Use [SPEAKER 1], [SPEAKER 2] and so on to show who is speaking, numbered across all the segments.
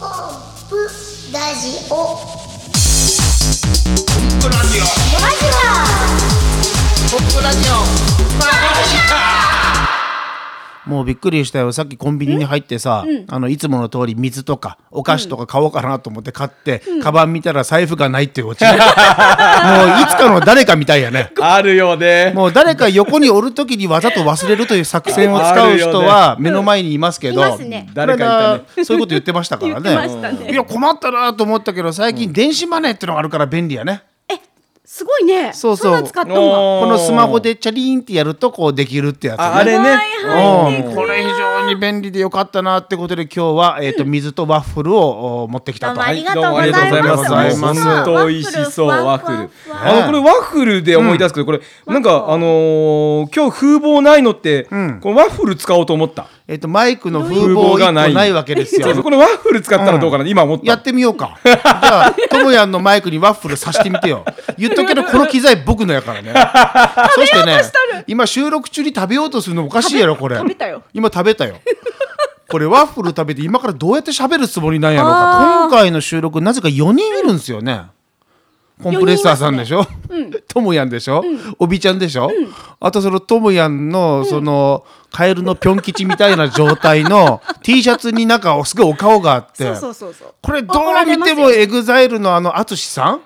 [SPEAKER 1] ップラジオ
[SPEAKER 2] ポップラジ
[SPEAKER 1] ラジ
[SPEAKER 2] オポップラジオもうびっくりしたよさっきコンビニに入ってさ、あのいつもの通り水とかお菓子とか買おうかなと思って買って、カバン見たら財布がないっていうオチもういつかの誰かみたいやね
[SPEAKER 3] あるよね。
[SPEAKER 2] もう誰か横におる時にわざと忘れるという作戦を使う人は目の前にいますけど、
[SPEAKER 4] うんいますね
[SPEAKER 3] 誰かいた
[SPEAKER 2] この間そういうこと言ってましたからね
[SPEAKER 4] 言ってましたね
[SPEAKER 2] いや困ったなと思ったけど最近電子マネーってのがあるから便利やね
[SPEAKER 4] すごいね。
[SPEAKER 2] そうそうん
[SPEAKER 4] な使ったんだ。
[SPEAKER 3] おー
[SPEAKER 2] このスマホでチャリーンってやるとこうできるってやつね
[SPEAKER 3] ああれね。
[SPEAKER 4] はいはい
[SPEAKER 2] うんこれ非常に便利でよかったなってことで今日は、えー、と水とワッフルをお持ってきた
[SPEAKER 1] どう
[SPEAKER 2] と
[SPEAKER 1] もありがと
[SPEAKER 3] どう
[SPEAKER 1] う
[SPEAKER 3] も
[SPEAKER 1] ご
[SPEAKER 3] あ
[SPEAKER 1] ざ
[SPEAKER 3] り
[SPEAKER 1] い
[SPEAKER 3] がとうござい
[SPEAKER 1] ま
[SPEAKER 3] ますす。
[SPEAKER 2] ありがとうございます
[SPEAKER 3] 本当美味しそうワッフル。
[SPEAKER 1] ふわ
[SPEAKER 2] ふわふわ
[SPEAKER 3] あのこれワッフルで思い出すけど、これなんかあのー今日風貌ないのって、
[SPEAKER 2] ん
[SPEAKER 3] このワッフル使おうと思った。
[SPEAKER 2] えー、とマイクの風貌
[SPEAKER 3] 風貌
[SPEAKER 2] が
[SPEAKER 3] が
[SPEAKER 2] な
[SPEAKER 3] ないい
[SPEAKER 2] ないわけです
[SPEAKER 3] そうそう
[SPEAKER 2] よ
[SPEAKER 3] このワッフル使ったらどうかな、今思った。
[SPEAKER 2] やってみようかじゃあともやんのマイクにワッフルさしてみてよ言っとくけどこの機材僕のやからねそしてね今収録中に食べようとするのおかしいやろこれ
[SPEAKER 4] 食べたよ
[SPEAKER 2] 今食べたよこれワッフル食べて今からどうやって喋るつもりなんやろうか今回の収録なぜか4人いるんですよね、コンプレッサーさんでしょ、トモヤンでしょ、おびちゃんでしょ、あとそのトモヤンのその、カエルのぴょん吉みたいな状態の T シャツになんかすごいお顔があって
[SPEAKER 4] そうそうそうそう。
[SPEAKER 2] これど
[SPEAKER 4] 怒ら
[SPEAKER 2] う
[SPEAKER 4] れ
[SPEAKER 2] 見
[SPEAKER 4] ます
[SPEAKER 2] て
[SPEAKER 4] よ
[SPEAKER 2] もエグザイルのあの淳さん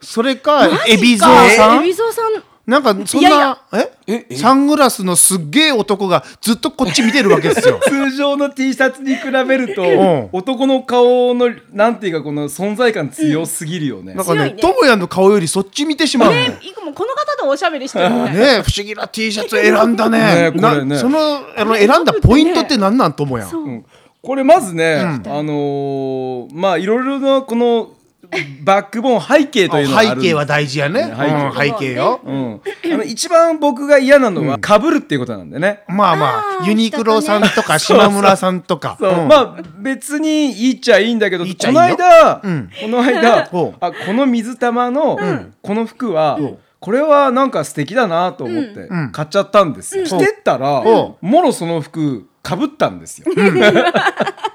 [SPEAKER 2] それか
[SPEAKER 4] マジか
[SPEAKER 2] 海老蔵さ
[SPEAKER 4] エ
[SPEAKER 2] ん
[SPEAKER 4] ビゾウさん。
[SPEAKER 2] なんかそん
[SPEAKER 4] いやいや
[SPEAKER 2] なえサングラスのすっげえ男がずっとこっち見てるわけです よ
[SPEAKER 3] 通常の T シャツに比べると、
[SPEAKER 2] ん
[SPEAKER 3] 男の顔のなんていうかこの存在感強すぎるよね。
[SPEAKER 2] なんか
[SPEAKER 4] 強
[SPEAKER 2] ね
[SPEAKER 4] いね
[SPEAKER 2] トモヤンの顔よりそっち見てしまうのね
[SPEAKER 4] いくもこの方とおしゃべりしてるみたいな。
[SPEAKER 2] え不思議な T シャツ選んだね
[SPEAKER 3] ねこれね
[SPEAKER 2] なそのあの選んだポイントって何なんトモヤン
[SPEAKER 4] そう。
[SPEAKER 3] これまずね、あのーまあいろいろなこのバックボーン背景というのがあるん
[SPEAKER 2] 背
[SPEAKER 3] です
[SPEAKER 2] 景は大事やね
[SPEAKER 3] 背景
[SPEAKER 2] うん背景よ
[SPEAKER 3] うん、あの一番僕が嫌なのはかぶるっていうことなんだよね。
[SPEAKER 2] まあま
[SPEAKER 4] あ
[SPEAKER 2] あ
[SPEAKER 4] ー
[SPEAKER 2] ユニクロさんとか島村さんとか
[SPEAKER 3] そう
[SPEAKER 2] うん
[SPEAKER 3] まあ別にいいっちゃいいんだけど
[SPEAKER 2] いいっちゃい
[SPEAKER 3] こ
[SPEAKER 2] いよ
[SPEAKER 3] の間、
[SPEAKER 2] うん
[SPEAKER 3] こ の間、
[SPEAKER 2] ほう
[SPEAKER 3] あこの水玉の、この服は、
[SPEAKER 2] ん
[SPEAKER 3] これはなんか素敵だなと思って
[SPEAKER 2] ん
[SPEAKER 3] 買っちゃったんですよ。着てったら、
[SPEAKER 2] ほ
[SPEAKER 3] もろその服かぶったんですよ。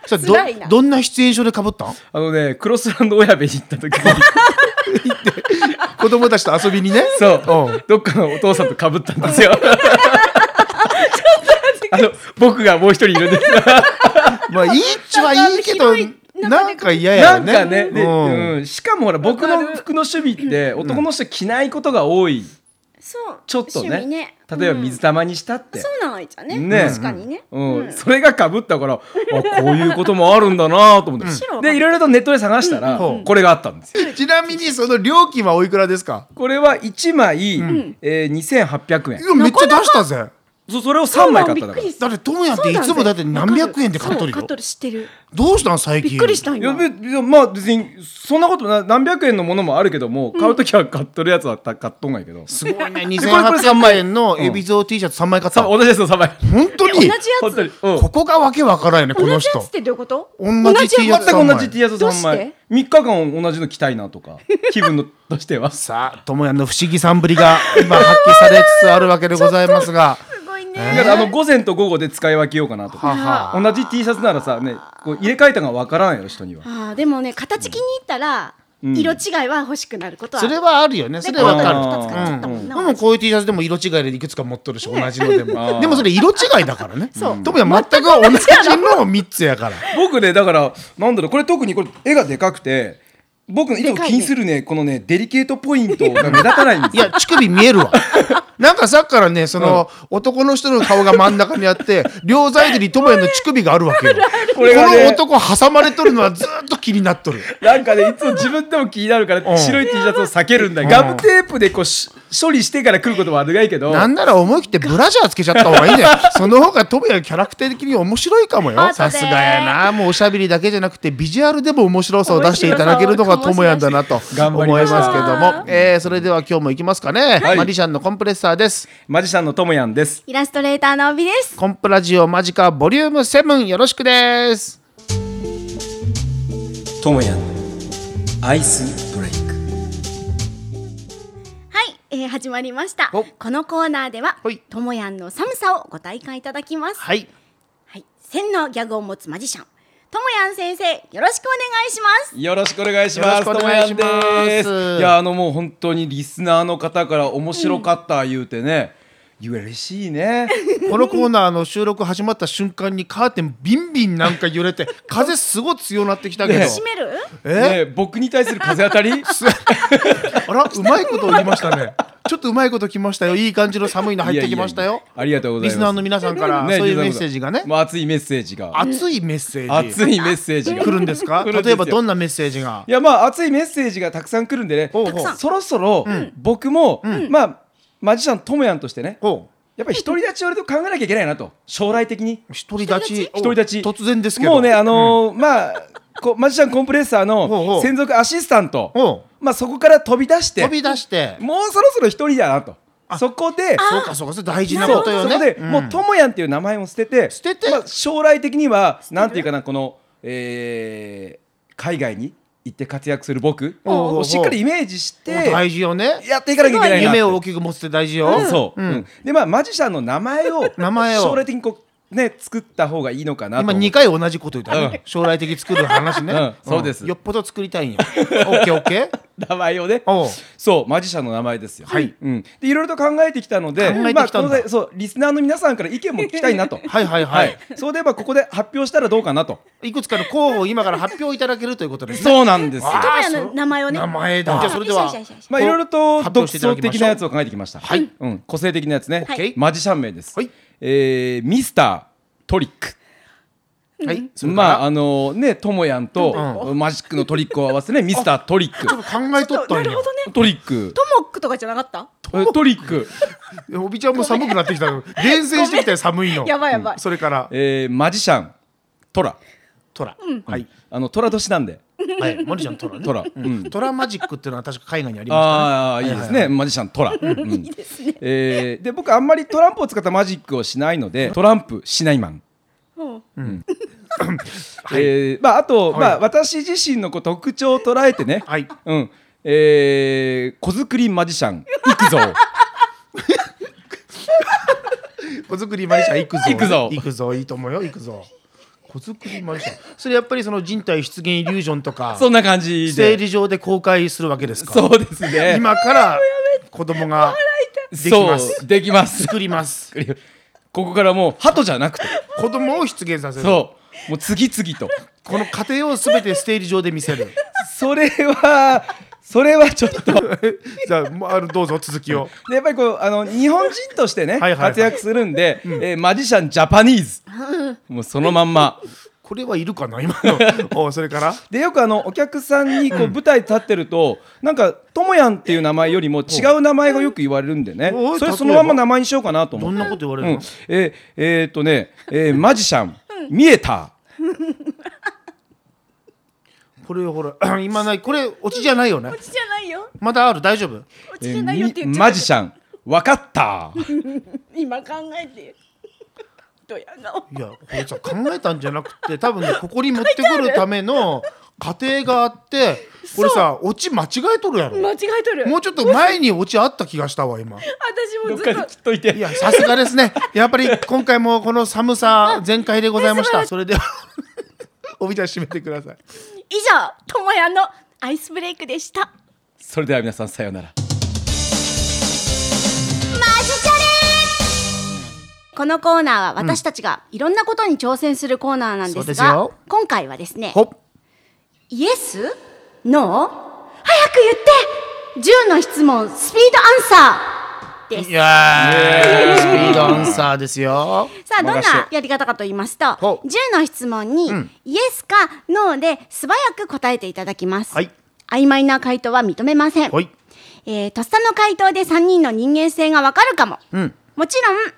[SPEAKER 2] それど
[SPEAKER 4] 辛いな
[SPEAKER 2] どんなシチュエーションでかぶったん
[SPEAKER 3] あのねクロスランド親部に行った 時に
[SPEAKER 2] 子供たちと遊びにね
[SPEAKER 3] そ
[SPEAKER 2] う
[SPEAKER 3] う、
[SPEAKER 2] ん
[SPEAKER 3] どっかのお父さんとかぶったんで すよ。あの僕がもう一人いるんですよ
[SPEAKER 2] まあいいっちゃいいけどなんか嫌や
[SPEAKER 3] な
[SPEAKER 2] よ
[SPEAKER 3] ん
[SPEAKER 2] ね
[SPEAKER 3] かね、で
[SPEAKER 2] うん
[SPEAKER 3] うん、しかもほら僕の服の趣味って男の人着ないことが多い、
[SPEAKER 4] そう。
[SPEAKER 3] ちょっと
[SPEAKER 4] 趣味
[SPEAKER 3] ね例えば水玉にしたっ
[SPEAKER 4] う
[SPEAKER 3] て
[SPEAKER 4] ん、そうなのあいちゃんね。
[SPEAKER 3] ね
[SPEAKER 4] 確かにね。
[SPEAKER 3] うん
[SPEAKER 4] うん
[SPEAKER 3] それがかぶったからあこういうこともあるんだなと思って、
[SPEAKER 4] 白
[SPEAKER 3] でいろいろとネットで探したら、
[SPEAKER 2] うん
[SPEAKER 3] これがあったんですよ
[SPEAKER 2] ちなみにその料金はおいくらですか
[SPEAKER 3] これは1枚、えー、2800円
[SPEAKER 2] いやめっちゃ出したぜ
[SPEAKER 3] そそれを3枚買ったんだから
[SPEAKER 4] びっくり
[SPEAKER 2] だってトムヤンっていつもだって何百円で買っとる
[SPEAKER 4] そう買っ
[SPEAKER 2] よ
[SPEAKER 4] とる知ってる。
[SPEAKER 2] どうしたん最近
[SPEAKER 4] びっくりした
[SPEAKER 3] い
[SPEAKER 4] 今。
[SPEAKER 3] や
[SPEAKER 4] うん。
[SPEAKER 3] べいやまあ別にそんなことな何百円のものもあるけども買う時は買っとるやつはた買っとんがいけど、
[SPEAKER 2] すごいね
[SPEAKER 3] これこれ
[SPEAKER 2] 2800万円のエビゾー T シャツ3枚買った
[SPEAKER 3] さ
[SPEAKER 2] 本
[SPEAKER 3] 同じですよ3枚
[SPEAKER 2] 当
[SPEAKER 4] 同じ
[SPEAKER 2] に
[SPEAKER 4] や
[SPEAKER 3] 本当に、
[SPEAKER 4] つ。
[SPEAKER 3] うん
[SPEAKER 2] ここがわけわからんよねこ
[SPEAKER 4] 同
[SPEAKER 2] の
[SPEAKER 4] じ
[SPEAKER 2] 人
[SPEAKER 4] やつってどういうこと？
[SPEAKER 2] 同じ T シャツ3
[SPEAKER 3] 全く同
[SPEAKER 2] 枚
[SPEAKER 3] じ T シャツ
[SPEAKER 4] どう
[SPEAKER 3] 3
[SPEAKER 4] して
[SPEAKER 3] 枚3日間同じの着たいなとか気分のとしては
[SPEAKER 2] さあトモヤンの不思議さんぶりが今発揮されつつあるわけでございますが
[SPEAKER 4] す ご
[SPEAKER 3] だ
[SPEAKER 4] いね。
[SPEAKER 3] からあの午前と午後で使い分けようかなと
[SPEAKER 2] は
[SPEAKER 3] か
[SPEAKER 2] は
[SPEAKER 3] 同じ T シャツならさねこう入れ替えたのが分からんよ人には
[SPEAKER 4] ああでもね形気に入ったら
[SPEAKER 3] ん
[SPEAKER 4] 色違いは欲しくなることはあ
[SPEAKER 2] そ
[SPEAKER 4] る。
[SPEAKER 2] れはあるよねそれ
[SPEAKER 4] わ
[SPEAKER 2] わかる
[SPEAKER 4] 二つ買っちゃったもん
[SPEAKER 2] で
[SPEAKER 4] な。
[SPEAKER 2] もこういう T シャツでも色違いでいくつか持っとるし同じので
[SPEAKER 3] あ
[SPEAKER 2] も
[SPEAKER 3] ー
[SPEAKER 2] でもそれ色違いだからねトモヤン全く同じの3つやから
[SPEAKER 3] 僕ねだからなんだろうこれ特にこれ絵がでかくて僕いつも気にするねこのねデリケートポイントが目立たないんで
[SPEAKER 2] い
[SPEAKER 3] すよ
[SPEAKER 2] や、乳首見えるわ。なんかさっきからね、その、男の人の顔が真ん中にあって、両サイドに友也の乳首があるわけよ。こ
[SPEAKER 3] これがね
[SPEAKER 2] の男挟まれとるのはずーっと気になっとる。
[SPEAKER 3] なんかねいつも自分でも気になるか
[SPEAKER 2] うん
[SPEAKER 3] ら白い T シャツを避けるんだけど
[SPEAKER 2] うん
[SPEAKER 3] ガムテープでこうし処理してから来ることは悪がいけど
[SPEAKER 2] なんなら思い切ってブラジャーつけちゃった方がいい ね。その方が友也キャラクター的に面白いかも
[SPEAKER 4] 後
[SPEAKER 2] よ。
[SPEAKER 4] で
[SPEAKER 2] さすがやな。もうおしゃべりだけじゃなくて、ビジュアルでも面白さを出していただけるのが友也だなと
[SPEAKER 3] 頑
[SPEAKER 2] 思
[SPEAKER 3] 張
[SPEAKER 2] い
[SPEAKER 3] り
[SPEAKER 2] ま
[SPEAKER 3] ますし
[SPEAKER 2] け
[SPEAKER 3] た
[SPEAKER 2] ども。えー、それでは今日も行きますかね。
[SPEAKER 3] はい
[SPEAKER 2] マリシャンのコンプレッサーです。
[SPEAKER 3] マジシャンのともやんです
[SPEAKER 4] イラストレーターの帯です。
[SPEAKER 2] コンプラジオマジカボリューム7よろしくです。
[SPEAKER 3] ともやんアイスブレイク
[SPEAKER 4] はい、えー、始まりました。
[SPEAKER 2] お
[SPEAKER 4] このコーナーでは
[SPEAKER 2] はい、
[SPEAKER 4] ともやんの寒さをご体感いただきます。
[SPEAKER 2] はい。
[SPEAKER 4] はい、千のギャグを持つマジシャン。ともやん先生よろしくお願いします
[SPEAKER 3] よろしくお願いします。
[SPEAKER 2] よろしく
[SPEAKER 3] と
[SPEAKER 2] お
[SPEAKER 3] もや
[SPEAKER 2] 願いし
[SPEAKER 3] ん
[SPEAKER 2] ます
[SPEAKER 3] です。いや、あの、もう本当にリスナーの方から面白かった言うてね。嬉しいね。
[SPEAKER 2] このコーナーの収録始まった瞬間にカーテンビンビンなんか揺れ て風すごい強なってきたけど、
[SPEAKER 3] ね
[SPEAKER 4] 閉める
[SPEAKER 2] え
[SPEAKER 3] ね、僕に対する風当 たり。
[SPEAKER 2] あらうまいことを言いましたねちょっとうまいこときましたよいい感じの寒いの入ってきましたよ
[SPEAKER 3] いやいやいやありがとうございます。
[SPEAKER 2] リスナーの皆さんから、
[SPEAKER 3] ね
[SPEAKER 2] そういうメッセージがね
[SPEAKER 3] もう熱いメッセージが。
[SPEAKER 2] 熱いメッセージ
[SPEAKER 3] 熱いメッセージが。
[SPEAKER 2] 来るんですか
[SPEAKER 3] 来るんです
[SPEAKER 2] 例
[SPEAKER 3] よ
[SPEAKER 2] えばどんなメッセージが
[SPEAKER 3] いや、まあ、熱いメッセージがたくさん来るんでね
[SPEAKER 2] ほうほうたくさ。ん
[SPEAKER 3] そろそろ、僕も、まあ、マジシャンともやんとしてね。
[SPEAKER 2] ほ
[SPEAKER 3] やっぱり独り立ちを俺と考えなきゃいけないなと。将来的に。
[SPEAKER 2] う独り立ち
[SPEAKER 3] 独り立ち
[SPEAKER 2] 突然ですけど
[SPEAKER 3] もうねあのーまあこマジシャンコンプレッサー
[SPEAKER 2] ほうほ
[SPEAKER 3] の
[SPEAKER 2] う
[SPEAKER 3] 専属アシスタント
[SPEAKER 2] ほ
[SPEAKER 3] まあそこから飛び出して
[SPEAKER 2] 飛び出して
[SPEAKER 3] もうそろそろ一人だなとそこで
[SPEAKER 2] そうかそうかそれ大事
[SPEAKER 3] そ
[SPEAKER 2] な
[SPEAKER 3] う
[SPEAKER 2] ことよね
[SPEAKER 3] そこで、
[SPEAKER 2] うん
[SPEAKER 3] もうともやんっていう名前も捨てて
[SPEAKER 2] 捨てて
[SPEAKER 3] まあ、将来的にはなんていうかなこの、えー海外に行って活躍する僕
[SPEAKER 2] ほうほうほう
[SPEAKER 3] をしっかりイメージして
[SPEAKER 2] 大事よね
[SPEAKER 3] やっていかなきゃいけないなって
[SPEAKER 2] 夢を大きく持つって大事よ、
[SPEAKER 3] そう、うんでまあマジシャンの名前を
[SPEAKER 2] 名前を
[SPEAKER 3] 将来的にこうね作った方がいいのかなと
[SPEAKER 2] 今
[SPEAKER 3] 思って
[SPEAKER 2] 2回同じこと言ったね、
[SPEAKER 3] うん
[SPEAKER 2] 将来的作る話ね、
[SPEAKER 3] うんそうです
[SPEAKER 2] よっぽど作りたいんよオッケーオッケー
[SPEAKER 3] 名前をね
[SPEAKER 2] おう
[SPEAKER 3] そうマジシャンの名前ですよ。
[SPEAKER 2] はい
[SPEAKER 3] うん、でいろいろと考えてきたので
[SPEAKER 2] 考えてきたんだ
[SPEAKER 3] まあ、この際そうリスナーの皆さんから意見も聞きたいな と
[SPEAKER 2] はいはいは、
[SPEAKER 3] はいい、そうでえばここで発表したらどうかなと
[SPEAKER 2] い、くつかの候補を今から発表いただけるということですね
[SPEAKER 3] そうなんですよ
[SPEAKER 2] わあ
[SPEAKER 4] ともやの名前をね
[SPEAKER 2] 名前だ
[SPEAKER 4] あ
[SPEAKER 2] じゃあそれでは
[SPEAKER 4] よしよしよしよし
[SPEAKER 3] まあいろいろと
[SPEAKER 2] 発
[SPEAKER 3] 独
[SPEAKER 2] 表していただ
[SPEAKER 3] 創
[SPEAKER 2] きましょう
[SPEAKER 3] 的なやつを考えてきました、
[SPEAKER 2] はい
[SPEAKER 3] うん、個性的なやつね、
[SPEAKER 4] はい
[SPEAKER 3] マジシャン名です、
[SPEAKER 2] はい
[SPEAKER 3] えーミスタートリック
[SPEAKER 2] はいそれか
[SPEAKER 3] ま
[SPEAKER 2] ら
[SPEAKER 3] ああのねともやんと、マジックのトリックを合わせてねミスタートリック
[SPEAKER 2] 考えとった
[SPEAKER 4] なんるほ
[SPEAKER 2] よ
[SPEAKER 4] どね
[SPEAKER 3] トリック
[SPEAKER 4] トモックとかじゃなかった
[SPEAKER 3] えトリック、
[SPEAKER 2] おびちゃんも寒くなってきた の厳選してきたよ寒いの
[SPEAKER 4] やばいやばい
[SPEAKER 2] うんそれから
[SPEAKER 3] えーマジシャントラ
[SPEAKER 2] トラはい
[SPEAKER 3] あのトラ年なんで
[SPEAKER 2] はいマジシャントラね
[SPEAKER 3] トラ、うん、
[SPEAKER 2] トラマジックっていうのは確か海外にありま
[SPEAKER 3] ああーいいですね、マジシャントラ、うん
[SPEAKER 4] いいですね
[SPEAKER 3] えーで僕あんまりトランプを使ったマジックをしないのでトランプしないマン、
[SPEAKER 4] うん
[SPEAKER 2] はい
[SPEAKER 3] えーまあ、あと、
[SPEAKER 2] はい
[SPEAKER 3] まあ、私自身のこう特徴を捉えてね、
[SPEAKER 2] はい
[SPEAKER 3] うんえー、小作りマジシャンいくぞ
[SPEAKER 2] したね子作りマジシャン行くぞ
[SPEAKER 3] 行くぞ
[SPEAKER 2] 行くぞいいと思うよ行くぞ子作りマジシ ャンそれやっぱりその人体出現イリュージョンとか
[SPEAKER 3] そんな感じ
[SPEAKER 2] 生
[SPEAKER 3] で
[SPEAKER 2] 理上で公開するわけですか
[SPEAKER 3] そうですね
[SPEAKER 2] 今から子供ができます
[SPEAKER 3] そうできます
[SPEAKER 2] 作ります
[SPEAKER 3] ここからもう鳩じゃなくて
[SPEAKER 2] 子供を出現させる
[SPEAKER 3] そうもう次々と
[SPEAKER 2] この過程を全てステージ上で見せる
[SPEAKER 3] それはそれはちょっと
[SPEAKER 2] じゃあもうあるどうぞ続きを
[SPEAKER 3] でやっぱりこうあの日本人としてね
[SPEAKER 2] はいはいはい
[SPEAKER 3] 活躍するんで、えーマジシャンジャパニーズ、もうそのまんま
[SPEAKER 2] これはいるかな今 のおそれから
[SPEAKER 3] でよくあのお客さんにこう舞台立ってると、なんか「ともやん」っていう名前よりも違う名前がよく言われるんでね
[SPEAKER 2] おい
[SPEAKER 3] そ
[SPEAKER 2] 例え
[SPEAKER 3] れ
[SPEAKER 2] ば
[SPEAKER 3] そのまま名前にしようかなと思
[SPEAKER 2] ど
[SPEAKER 3] っ
[SPEAKER 2] ん
[SPEAKER 3] て、
[SPEAKER 2] なこと言わ
[SPEAKER 3] う
[SPEAKER 2] れる
[SPEAKER 3] ん
[SPEAKER 2] の、
[SPEAKER 3] えーえーっとね、えーマジシャン見えた
[SPEAKER 2] これほら 今ないこれオチじゃないよね
[SPEAKER 4] うちじゃないよ
[SPEAKER 2] まだある大丈夫
[SPEAKER 4] う
[SPEAKER 3] え
[SPEAKER 4] ちじゃ
[SPEAKER 3] ー
[SPEAKER 4] ないよって言っ
[SPEAKER 3] み
[SPEAKER 4] ちゃ
[SPEAKER 3] マ
[SPEAKER 4] った
[SPEAKER 3] ジシャンわかった
[SPEAKER 4] 今考えてドヤ顔
[SPEAKER 2] いやこれさ考えたんじゃなくて多分ねここに持ってくるための過程があってこれさオチ間違えとるやろ
[SPEAKER 4] 間違えとる
[SPEAKER 2] もうちょっと前にオチあった気がしたわ今
[SPEAKER 4] 私
[SPEAKER 3] ど
[SPEAKER 4] も
[SPEAKER 3] っ
[SPEAKER 4] ず
[SPEAKER 3] か
[SPEAKER 4] っ
[SPEAKER 3] で
[SPEAKER 4] と
[SPEAKER 3] 切っとい
[SPEAKER 2] い
[SPEAKER 3] て
[SPEAKER 2] やさすがですねやっぱり今回もこの寒さ全開でございましたそれでは おびちゃん締めてください
[SPEAKER 4] 以上ともやのアイスブレイクでした
[SPEAKER 3] それでは皆さんさようなら
[SPEAKER 4] このコーナーは私たちがいろんなことに挑戦するコーナーなんで
[SPEAKER 2] そうですす
[SPEAKER 4] が、
[SPEAKER 2] よ
[SPEAKER 4] 今回はですね
[SPEAKER 2] ほっ
[SPEAKER 4] イエスノー早く言って10の質問スピードアンサーです
[SPEAKER 2] いやースピードアンサーですよ
[SPEAKER 4] さあどん
[SPEAKER 3] 任せ
[SPEAKER 4] なやり方かと言いますと
[SPEAKER 2] ほう
[SPEAKER 4] 10の質問に、イエスかノーで素早く答えていただきます、
[SPEAKER 2] はい
[SPEAKER 4] 曖昧な回答は認めません、
[SPEAKER 2] はい
[SPEAKER 4] えーとっさの回答で3人の人間性がわかるかも、
[SPEAKER 2] ん
[SPEAKER 4] もちろん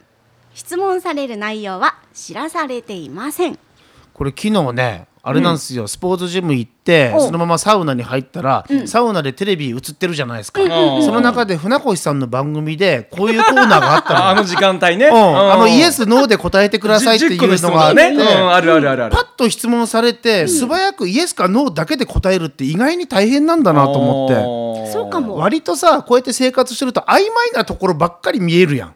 [SPEAKER 4] 質問される内容は知らされていません
[SPEAKER 2] これ昨日ねあれなんですよ、スポーツジム行って
[SPEAKER 4] お
[SPEAKER 2] そのままサウナに入ったら、サウナでテレビ映ってるじゃないですか、
[SPEAKER 3] んうん
[SPEAKER 2] その中で船越さんの番組でこういうコーナーがあったの
[SPEAKER 3] ああの時間帯ね、
[SPEAKER 2] うんあのイエ
[SPEAKER 3] く
[SPEAKER 2] ス・ノーで答えてくださいっていうのがあって、
[SPEAKER 3] ね、うん、あるあるあるある
[SPEAKER 2] パッと質問されて、素早くイエスかノーだけで答えるって意外に大変なんだなと思って
[SPEAKER 3] あー
[SPEAKER 4] そうかも
[SPEAKER 2] 割とさこうやって生活してると曖昧なところばっかり見えるやん。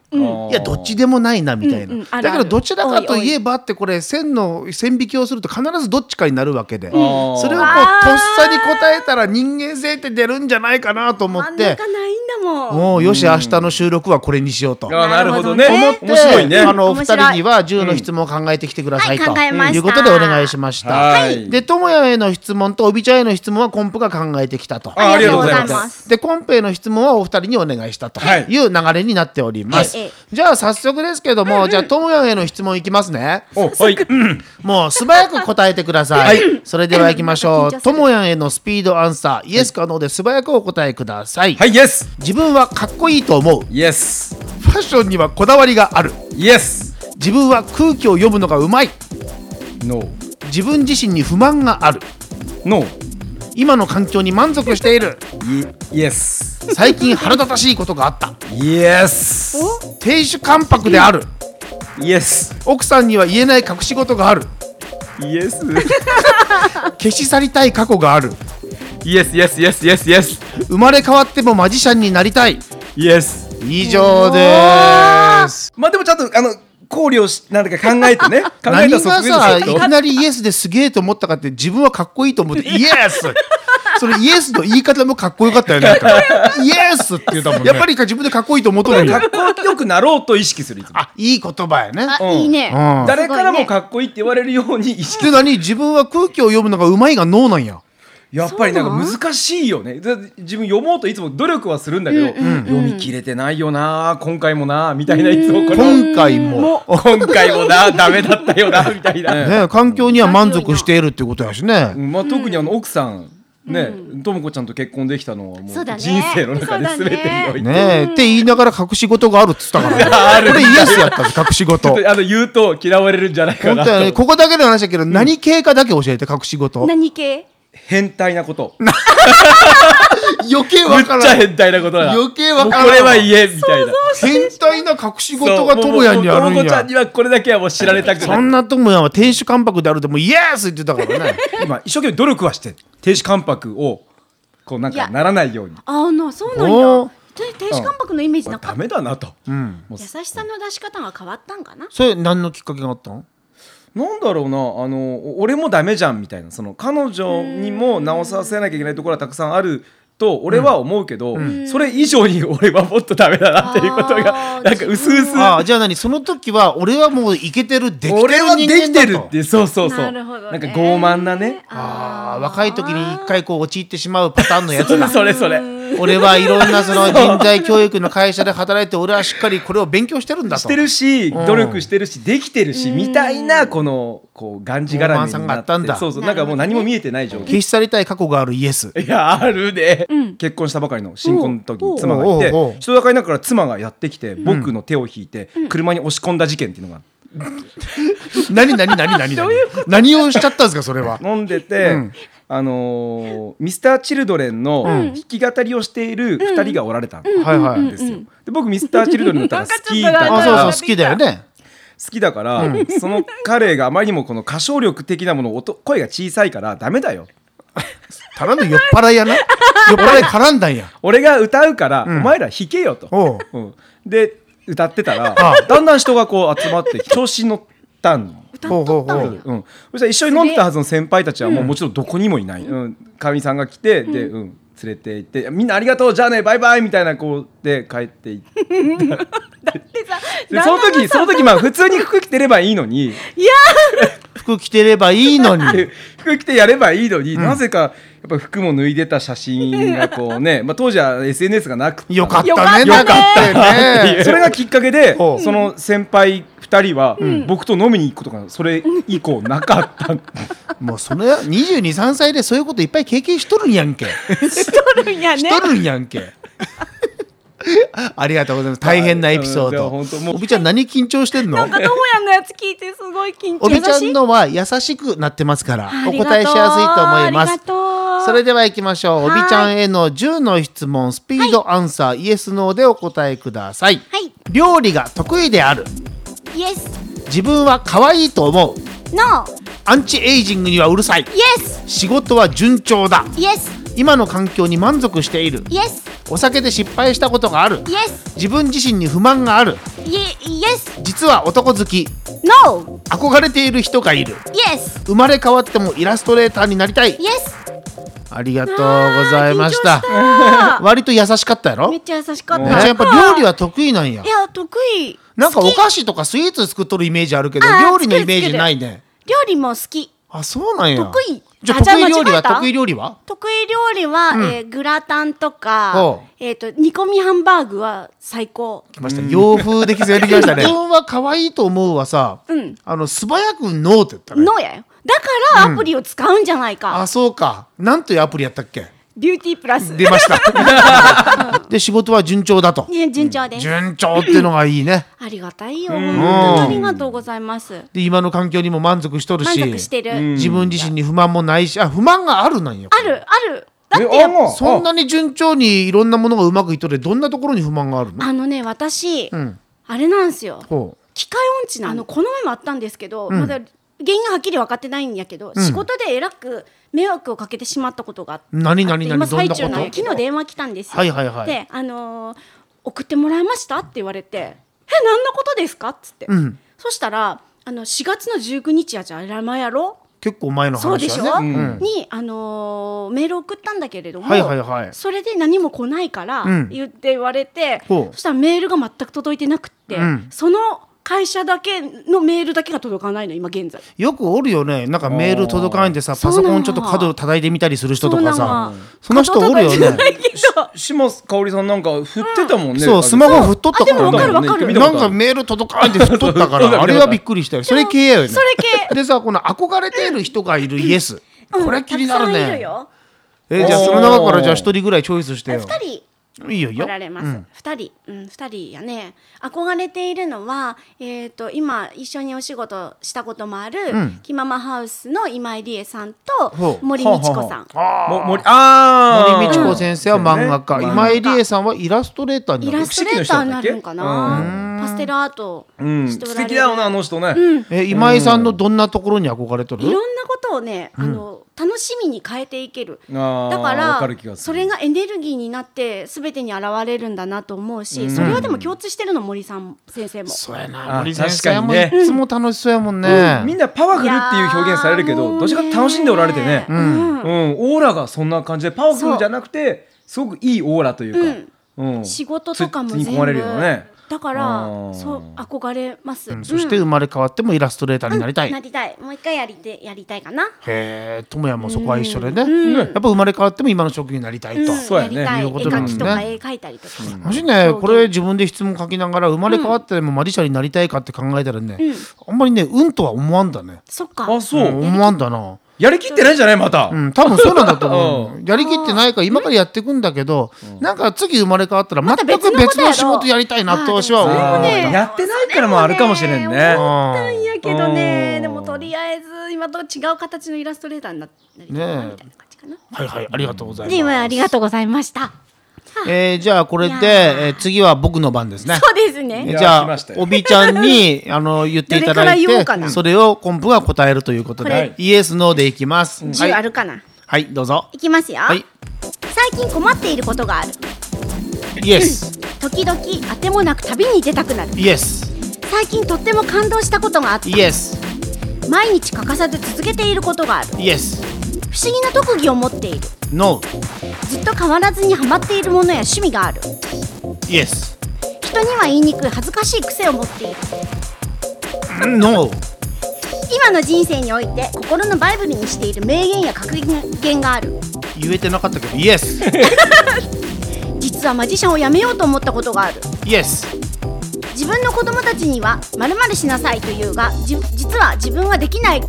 [SPEAKER 2] いやどっちでもないなみたいな、
[SPEAKER 4] うんうんあるあ
[SPEAKER 2] だ
[SPEAKER 4] る
[SPEAKER 2] けどどちらかといえばってこれ線の線引きをすると必ずどっちかになるわけで、
[SPEAKER 3] ん
[SPEAKER 2] それをこうとっさに答えたら人間性って出るんじゃないかなと思
[SPEAKER 4] 真
[SPEAKER 2] っ
[SPEAKER 4] ん
[SPEAKER 2] て
[SPEAKER 4] 中ないんだもん
[SPEAKER 2] もうよし明日の収録はこれにしようと。
[SPEAKER 3] あーなるほど
[SPEAKER 4] なる
[SPEAKER 3] ね
[SPEAKER 4] ほ
[SPEAKER 2] 思って
[SPEAKER 3] 面白いね
[SPEAKER 2] あのお
[SPEAKER 4] 面
[SPEAKER 2] 二
[SPEAKER 4] 白
[SPEAKER 2] 人
[SPEAKER 4] い
[SPEAKER 2] には10の質問を考えてきてください
[SPEAKER 4] うん
[SPEAKER 2] と、
[SPEAKER 4] はい考えました
[SPEAKER 2] いうことでお願いしました。
[SPEAKER 3] はい
[SPEAKER 2] で智也への質問とおびちゃんへの質問はコンプが考えてきたと。
[SPEAKER 3] あありがとうござい
[SPEAKER 4] ありがとうござい
[SPEAKER 3] ま
[SPEAKER 4] ますす
[SPEAKER 2] でコンペへの質問はお二人にお願いしたと
[SPEAKER 3] はい
[SPEAKER 2] いう流れになっております。
[SPEAKER 4] はいええ
[SPEAKER 2] じゃあ早速ですけども、じゃあ智也への質問いきますね。
[SPEAKER 3] おはい
[SPEAKER 2] もう素早く答えてください。それでは行きましょ
[SPEAKER 4] 緊張す
[SPEAKER 2] う。
[SPEAKER 4] る
[SPEAKER 2] ともやんへのスピードアンサー、イエスかノーで素早くお答えください。
[SPEAKER 3] はいイエス
[SPEAKER 2] 自分はかっこいいと思う。
[SPEAKER 3] イエス
[SPEAKER 2] ファッションにはこだわりがある。
[SPEAKER 3] イエス
[SPEAKER 2] 自分は空気を読むのがうまい。
[SPEAKER 3] ノ
[SPEAKER 2] 自分自身に不満がある。
[SPEAKER 3] ーノ
[SPEAKER 2] 今の環境に満足している。
[SPEAKER 3] ーイエス
[SPEAKER 2] 最近腹立たしいことがあった。
[SPEAKER 3] イエス
[SPEAKER 2] 亭主関白である。
[SPEAKER 3] イエス
[SPEAKER 2] 奥さんには言えない隠し事がある。
[SPEAKER 3] イエス
[SPEAKER 2] 消し去りたい過去がある。
[SPEAKER 3] イエスイエスイエスイエスイエス
[SPEAKER 2] 生まれ変わってもマジシャンになりたい。
[SPEAKER 3] イエス
[SPEAKER 2] 以上です。
[SPEAKER 3] まあでもちゃんとあの考慮しなんだか考え てね考え
[SPEAKER 2] 何
[SPEAKER 3] た
[SPEAKER 2] が
[SPEAKER 3] 側面
[SPEAKER 2] さい
[SPEAKER 3] でちょっ
[SPEAKER 2] きなりイエスですげえと思ったかって自分はかっこいいと思って イエスそれイエスの言い方もかっこよかったよ ねなんかイエスって言ったもんねやっぱりか自分でかっこいいと思っとるん
[SPEAKER 3] と
[SPEAKER 2] や
[SPEAKER 3] かっこよくなろうと意識するいつも
[SPEAKER 2] あいい言葉やね
[SPEAKER 4] あ、
[SPEAKER 3] うん
[SPEAKER 4] いいね、
[SPEAKER 2] うん
[SPEAKER 3] 誰からもかっこいいって言われるように意識
[SPEAKER 2] で何自分は空気を読むのがうまいが脳なんや
[SPEAKER 3] やっぱりなんか難しいよねだって自分読もうといつも努力はするんだけど、読み切れてないよな今回もなみたいないつもこの
[SPEAKER 2] 今回も
[SPEAKER 3] 今回もなダメだったよなみたいな、
[SPEAKER 2] ね環境には満足しているってことやし
[SPEAKER 3] う
[SPEAKER 2] ね
[SPEAKER 3] んまあ、特にあの奥さんねとも子ちゃんと結婚できたのはもう
[SPEAKER 4] そうだね
[SPEAKER 3] 人生の中で全てにおいて、
[SPEAKER 2] ねえって言いながら隠し事があるっつったからね
[SPEAKER 3] ある
[SPEAKER 2] これイエスやったぜ隠し
[SPEAKER 3] ちょ
[SPEAKER 2] 事
[SPEAKER 3] っとあの言うと嫌われるんじゃないか
[SPEAKER 2] 本
[SPEAKER 3] な
[SPEAKER 2] 当
[SPEAKER 3] と
[SPEAKER 2] やねここだけの話だけど何系かだけ教えて隠し事
[SPEAKER 4] 何系
[SPEAKER 3] 変態なこと
[SPEAKER 2] 余計
[SPEAKER 3] む
[SPEAKER 2] わ
[SPEAKER 3] っち
[SPEAKER 2] か
[SPEAKER 3] ゃ
[SPEAKER 2] らん
[SPEAKER 3] 変態なことだ
[SPEAKER 2] 余計わからんわ
[SPEAKER 3] もうこれは言えみたいな
[SPEAKER 2] 変態な隠し事が智也にあるん
[SPEAKER 3] ともこちゃ
[SPEAKER 2] や
[SPEAKER 3] んにはこれだけはもう知られたく
[SPEAKER 2] そ
[SPEAKER 3] ない
[SPEAKER 2] んな智也は亭主関白であるでもイエスって言ってた からね
[SPEAKER 3] 今一生懸命努力はして停止関白をこうなん
[SPEAKER 4] い
[SPEAKER 3] か
[SPEAKER 4] や
[SPEAKER 3] ならないように
[SPEAKER 4] あ、な、そう
[SPEAKER 2] お
[SPEAKER 4] なん
[SPEAKER 2] ー
[SPEAKER 4] だて亭主関白のイメージ
[SPEAKER 3] こ
[SPEAKER 4] な
[SPEAKER 3] れ
[SPEAKER 4] か
[SPEAKER 3] ダ
[SPEAKER 4] った
[SPEAKER 3] メだなと、
[SPEAKER 4] 優しさの出し方が変わったんかな
[SPEAKER 2] それ何のきっかけがあ ったの
[SPEAKER 3] なんだろうなあのお俺もダメじゃんみたいなその彼女にも直させなきゃいけないところはたくさんあると俺は思うけど、それ以上に俺はもっとダメだなっていうことが
[SPEAKER 4] あー
[SPEAKER 3] なんか薄々
[SPEAKER 2] ああじゃあ何その時は俺はもうイケてるできてる人
[SPEAKER 3] 俺はでき
[SPEAKER 2] 間だ
[SPEAKER 3] てるっ
[SPEAKER 2] と
[SPEAKER 3] てそうそうそう
[SPEAKER 4] なるほど
[SPEAKER 3] な
[SPEAKER 4] ね
[SPEAKER 3] んか傲慢なね
[SPEAKER 2] ああ若い時に一回こう陥ってしまうパターンのやつだ
[SPEAKER 3] それそれ
[SPEAKER 2] 俺はいろんなその人材教育の会社で働いて俺はしっかりこれを勉強してるんだと
[SPEAKER 3] してるし努力してるしできてるしみたいなこのこうがんじがらめ
[SPEAKER 2] 傲
[SPEAKER 3] に
[SPEAKER 2] 慢さんが
[SPEAKER 3] な
[SPEAKER 2] あ
[SPEAKER 3] っ
[SPEAKER 2] ってたんだ
[SPEAKER 3] そうそうなんかもう何も見えてない状 況
[SPEAKER 2] 消し去りたい過去があるイエス
[SPEAKER 3] いやあるね、
[SPEAKER 4] ん
[SPEAKER 3] 結婚したばかりの新婚の時
[SPEAKER 4] おうおう
[SPEAKER 3] 妻がいて
[SPEAKER 2] おうおう
[SPEAKER 3] 人だかりながら妻がやってきて僕の手を引いて車に押し込んだ事件っていうのが
[SPEAKER 2] 何何何何何何をしちゃったんですかそれ は
[SPEAKER 3] 飲んでて、あのーミスター・チルドレンの弾き語りをしている2人がおられたんで
[SPEAKER 2] はいはい、
[SPEAKER 3] すよ。で僕ミスター・チルドレンの歌が好きだか
[SPEAKER 2] あそう
[SPEAKER 3] ら
[SPEAKER 2] そう好きだよね
[SPEAKER 3] 好きだから、その彼があまりにもこの歌唱力的なもの音声が小さいからダメだよ
[SPEAKER 2] ただの酔っ払い やな酔っ払い絡んだんや
[SPEAKER 3] 俺が歌うから、お前ら弾けよと。
[SPEAKER 2] おう
[SPEAKER 3] うん、で歌ってたら
[SPEAKER 2] ああ
[SPEAKER 3] だんだん人がこう集まって調子に乗ったん
[SPEAKER 2] ほうほうほう
[SPEAKER 3] うん、そしたら一緒に飲んでたはずの先輩たちはもうもちろんどこにもいないうんかみ、さんが来てで、うん、連れて行って「みんなありがとうじゃあねバイバイ」みたいなこうで帰っていってでその時その時まあ普通に服着てればいいのに
[SPEAKER 2] 服着てればいいのに
[SPEAKER 3] で服着てやればいいのに、なぜかやっぱ服も脱いでた写真がこ うね、まあ、当時は SNS がなくて
[SPEAKER 2] よかった
[SPEAKER 4] よかった
[SPEAKER 2] ね
[SPEAKER 4] ね
[SPEAKER 2] なかったよね
[SPEAKER 3] それがきっかけで、
[SPEAKER 2] ほう
[SPEAKER 3] その先輩2人は、僕と飲みに行くことがそれ以降なかった、
[SPEAKER 2] もうその223歳でそういうこといっぱい経験しとるんやんけ
[SPEAKER 4] しとるんや
[SPEAKER 2] し
[SPEAKER 4] ね
[SPEAKER 2] とるんやんけありがとうございます大変なエピソー
[SPEAKER 3] いや
[SPEAKER 2] ド
[SPEAKER 3] 本当もう
[SPEAKER 2] おびちゃん何緊張してんの
[SPEAKER 4] なんかともやんのやつ聞いてすごい緊
[SPEAKER 2] お
[SPEAKER 4] 張
[SPEAKER 2] びちゃ
[SPEAKER 4] 優し
[SPEAKER 2] ん
[SPEAKER 4] い
[SPEAKER 2] のは優しくなってますから
[SPEAKER 4] あ
[SPEAKER 2] お
[SPEAKER 4] りがとう
[SPEAKER 2] 答えしやすいと思いま
[SPEAKER 4] あり
[SPEAKER 2] す
[SPEAKER 4] がとう
[SPEAKER 2] それでは行きましょうお
[SPEAKER 4] はい
[SPEAKER 2] びちゃんへの10の質問スピードアンサー、イエスノーでお答えください、
[SPEAKER 4] はい
[SPEAKER 2] 料理が得意である
[SPEAKER 4] イエス
[SPEAKER 2] 自分は可愛いと思う
[SPEAKER 4] ノー
[SPEAKER 2] アンチエイジングにはうるさい
[SPEAKER 4] イエス
[SPEAKER 2] 仕事は順調だ
[SPEAKER 4] イエス
[SPEAKER 2] 今の環境に満足している
[SPEAKER 4] イエス
[SPEAKER 2] お酒で失敗したことがある
[SPEAKER 4] イエス
[SPEAKER 2] 自分自身に不満がある
[SPEAKER 4] イエイエス
[SPEAKER 2] 実は男好き
[SPEAKER 4] ノ
[SPEAKER 2] 憧れている人がいる
[SPEAKER 4] ーイエス
[SPEAKER 2] 生まれ変わってもイラストレーターになりたい
[SPEAKER 4] イエス
[SPEAKER 2] ありがとうございました
[SPEAKER 4] あー緊張した
[SPEAKER 2] 割と優しかったやろ
[SPEAKER 4] め
[SPEAKER 2] め
[SPEAKER 4] っちゃ優しかった、
[SPEAKER 2] っちゃやっぱ料理は得意なんや
[SPEAKER 4] いや得意
[SPEAKER 2] なんかお
[SPEAKER 4] 好き
[SPEAKER 2] 菓子とかスイーツ作っとるイメージあるけど
[SPEAKER 4] あー
[SPEAKER 2] 料理のイメージないね
[SPEAKER 4] 料理も好き
[SPEAKER 2] あそうなんや
[SPEAKER 4] 得意
[SPEAKER 2] じゃあ
[SPEAKER 4] あじゃあ
[SPEAKER 2] 得意料理
[SPEAKER 4] 間違
[SPEAKER 2] は
[SPEAKER 4] えた
[SPEAKER 2] 得意料理は
[SPEAKER 4] 得意料理は、
[SPEAKER 2] ん
[SPEAKER 4] えーグラタンと
[SPEAKER 2] ほ
[SPEAKER 4] か
[SPEAKER 2] う、
[SPEAKER 4] えー、と煮込みハンバーグは最高
[SPEAKER 2] 来ました洋風できずやりきま したね自分は可愛いと思うはさ
[SPEAKER 4] うん
[SPEAKER 2] あの素早くノーって言ったね
[SPEAKER 4] のやよだからアプリを使うんじゃないか、
[SPEAKER 2] あそうかなんというアプリやったっけ
[SPEAKER 4] ビューティープラス
[SPEAKER 2] 出ました で仕事は順調だと
[SPEAKER 4] ね順調です、
[SPEAKER 2] 順調っていうのがいいね
[SPEAKER 4] ありがたいよ本当にありがとうございます
[SPEAKER 2] で今の環境にも満足しとる
[SPEAKER 4] 満
[SPEAKER 2] し
[SPEAKER 4] 足してる、
[SPEAKER 2] 自分自身に不満もないしあ不満があるなんや
[SPEAKER 4] あるあるだってやっぱ
[SPEAKER 3] あ
[SPEAKER 2] そんなに順調にいろんなものがうまくいっとるでどんなところに不満があるの
[SPEAKER 4] あのね私、
[SPEAKER 2] ん
[SPEAKER 4] あれなんですよ
[SPEAKER 2] ほう
[SPEAKER 4] 機械音痴なあのこの前もあったんですけど、まだ原因がはっきり分かってないんやけど、仕事でえらく迷惑をかけてしまったことがあって
[SPEAKER 2] 何何何
[SPEAKER 4] 今
[SPEAKER 2] どん
[SPEAKER 4] 最
[SPEAKER 2] なこ
[SPEAKER 4] 中
[SPEAKER 2] と
[SPEAKER 4] なんや昨日電話来たんですよ、
[SPEAKER 2] はいはいはい
[SPEAKER 4] であのー送ってもらいました?」って言われて「え何のことですか?」っつって、
[SPEAKER 2] ん
[SPEAKER 4] そしたらあの4月の19日やじゃあらまやろ
[SPEAKER 2] 結構前の
[SPEAKER 4] そうで
[SPEAKER 2] 話
[SPEAKER 4] しょ、
[SPEAKER 2] だね
[SPEAKER 3] ん
[SPEAKER 4] に、あのーメール送ったんだけれども、
[SPEAKER 2] はいはいはい
[SPEAKER 4] それで何も来ないから
[SPEAKER 2] うん
[SPEAKER 4] 言って言われて、
[SPEAKER 2] ほう
[SPEAKER 4] そしたらメールが全く届いてなくって、
[SPEAKER 2] ん
[SPEAKER 4] その会社だけのメールだけが届かないの今現在
[SPEAKER 2] よくおるよねなんかメール届かないんでさパソコンちょっと角叩いてみたりする人とかさそ
[SPEAKER 4] そう
[SPEAKER 2] の
[SPEAKER 4] なの
[SPEAKER 2] 人おるよ
[SPEAKER 4] 角叩いて
[SPEAKER 2] ね
[SPEAKER 4] ないけど
[SPEAKER 3] 島津香織さんなんか振ってたもんね。
[SPEAKER 2] そうスマホ振っとったか
[SPEAKER 4] あでもわかる
[SPEAKER 2] ら
[SPEAKER 4] わかる
[SPEAKER 3] 見たこ
[SPEAKER 2] なん
[SPEAKER 3] とあ
[SPEAKER 2] かメール届 かないって振っとったか
[SPEAKER 3] そうだね
[SPEAKER 2] らあれはびっくりしたよそれ系やよね
[SPEAKER 4] それ系
[SPEAKER 2] でさこの憧れている人がいるイエス
[SPEAKER 4] うん
[SPEAKER 2] これ気になる
[SPEAKER 4] たくさんいる
[SPEAKER 2] ね
[SPEAKER 4] よ
[SPEAKER 2] えじゃあその中からじゃあ一人ぐらいチョイスしてよ
[SPEAKER 4] 2人
[SPEAKER 2] いいよいい
[SPEAKER 4] お
[SPEAKER 2] よ
[SPEAKER 4] られます。二、人、うん、二人やね。憧れているのは、えっ、と、今一緒にお仕事したこともある。きままハウスの今井理恵さん
[SPEAKER 2] ほ
[SPEAKER 4] と
[SPEAKER 2] う
[SPEAKER 4] 森美智子さん。
[SPEAKER 3] も森あー
[SPEAKER 2] 森美智子先生は漫画家、
[SPEAKER 3] うん
[SPEAKER 2] 今井理恵さんはイラストレーターに
[SPEAKER 4] イ
[SPEAKER 2] な
[SPEAKER 4] ラ
[SPEAKER 2] る
[SPEAKER 4] ストレーターになるんかな。パステルアート
[SPEAKER 3] うん
[SPEAKER 4] してお
[SPEAKER 3] 素
[SPEAKER 4] られる。
[SPEAKER 3] 敵だよなあの人ね。
[SPEAKER 2] え今井さんのどんなところに憧れとる
[SPEAKER 4] いろんなことをね、あの、楽しみに変えていける。
[SPEAKER 3] あー
[SPEAKER 4] だか
[SPEAKER 3] わ
[SPEAKER 4] ら
[SPEAKER 3] かる気がする
[SPEAKER 4] それがエネルギーになって全てに現れるんだなと思うし、それはでも共通してるの森さん先生も。
[SPEAKER 2] そうや
[SPEAKER 3] あ
[SPEAKER 2] な森先生
[SPEAKER 3] 確
[SPEAKER 2] も
[SPEAKER 3] かにね
[SPEAKER 2] いつも楽しそうやもんね、
[SPEAKER 3] みんなパワフルっていう表現されるけ
[SPEAKER 4] いや
[SPEAKER 3] ど、
[SPEAKER 4] ー
[SPEAKER 3] どっちかって楽しんでおられてね。
[SPEAKER 4] も
[SPEAKER 3] うん
[SPEAKER 4] うね
[SPEAKER 3] オーラがそんな感じでパワフルじゃなくてすごくいいオーラというか。うん
[SPEAKER 4] 仕事とかも
[SPEAKER 3] つ
[SPEAKER 4] 全
[SPEAKER 3] つい込ま
[SPEAKER 4] 部
[SPEAKER 3] れるよね。
[SPEAKER 4] だか
[SPEAKER 3] あ
[SPEAKER 4] ら
[SPEAKER 3] ー
[SPEAKER 4] そう憧れます、
[SPEAKER 2] そして
[SPEAKER 4] うん
[SPEAKER 2] 生まれ変わってもイラストレーターになりたい、
[SPEAKER 4] な
[SPEAKER 2] へ
[SPEAKER 4] りたいもう一回やりてやりたいかな
[SPEAKER 2] え智也もそこは一緒でね、やっぱ生まれ変わっても今の職業になりたいと、
[SPEAKER 4] ん
[SPEAKER 3] そうやね
[SPEAKER 4] やりたい絵
[SPEAKER 2] いうことだもん
[SPEAKER 4] 描
[SPEAKER 2] ね
[SPEAKER 4] きとか絵描いたりとか、
[SPEAKER 2] もしね
[SPEAKER 4] 表現
[SPEAKER 2] これ自分で質問書きながら生まれ変わってでもマリシャになりたいかって考えたらね、
[SPEAKER 4] うん
[SPEAKER 2] あんまりねうんとは思わんだね、
[SPEAKER 4] そっか
[SPEAKER 3] あそう、
[SPEAKER 2] うん思わんだな
[SPEAKER 3] やりきってないんじゃないまた。
[SPEAKER 2] うん、多分そうなんだと 思
[SPEAKER 3] う
[SPEAKER 2] う。やりきってないから今からやっていくんだけど、なんか次生まれ変わったら
[SPEAKER 4] た
[SPEAKER 2] 全
[SPEAKER 4] 別
[SPEAKER 2] く
[SPEAKER 4] のことや
[SPEAKER 2] 別
[SPEAKER 4] ろ
[SPEAKER 2] の仕事やりたいなと私は
[SPEAKER 4] それも
[SPEAKER 2] 思う。
[SPEAKER 4] ね
[SPEAKER 3] あーやってないからもあるかもしれんね。
[SPEAKER 2] あ
[SPEAKER 4] いやけどね
[SPEAKER 3] うん
[SPEAKER 4] でもとりあえず今と違う形のイラストレーターにななりたいな
[SPEAKER 2] ねえ
[SPEAKER 4] みたいな感じかな、
[SPEAKER 2] ーはいはいありがとうございます。
[SPEAKER 4] ではありがとうございました
[SPEAKER 2] えーじゃあこれで
[SPEAKER 4] いやー
[SPEAKER 2] えー次は僕の番ですね。
[SPEAKER 4] そうですね
[SPEAKER 2] え
[SPEAKER 3] い
[SPEAKER 2] ー
[SPEAKER 3] や
[SPEAKER 2] じゃ
[SPEAKER 3] 来
[SPEAKER 2] あ
[SPEAKER 3] ましたよ
[SPEAKER 2] おびちゃん にあの言っていただい
[SPEAKER 4] どれから言おうかな
[SPEAKER 2] てそれをコンプが答えるということ
[SPEAKER 3] こ
[SPEAKER 2] で
[SPEAKER 3] れ
[SPEAKER 2] イエスノーでいきます。は
[SPEAKER 4] 10ある
[SPEAKER 2] い
[SPEAKER 4] かな、い、
[SPEAKER 2] はいどうぞ。
[SPEAKER 4] きますよ、
[SPEAKER 2] はい
[SPEAKER 4] 最近困っていることがある
[SPEAKER 2] イエス
[SPEAKER 4] 時々あてもなく旅に出たくなる
[SPEAKER 2] イエス
[SPEAKER 4] 最近とっても感動したことがあって
[SPEAKER 2] イエス
[SPEAKER 4] 毎日欠かさず続けていることがある
[SPEAKER 2] イエス
[SPEAKER 4] 不思議な特技を持っている
[SPEAKER 2] ノ
[SPEAKER 4] ずっと変わらずにハマっているものや趣味がある
[SPEAKER 2] ーイエス
[SPEAKER 4] 人には言いにくい恥ずかしい癖を持っている
[SPEAKER 2] ノー
[SPEAKER 4] 今の人生において心のバイブルにしている名言や格言がある
[SPEAKER 2] 言えてなかったけどイエス
[SPEAKER 4] 実はマジシャンを辞めようと思ったことがある
[SPEAKER 2] イエス
[SPEAKER 4] 自分の子供たちには「まるしなさい」というがじ実は自分はできない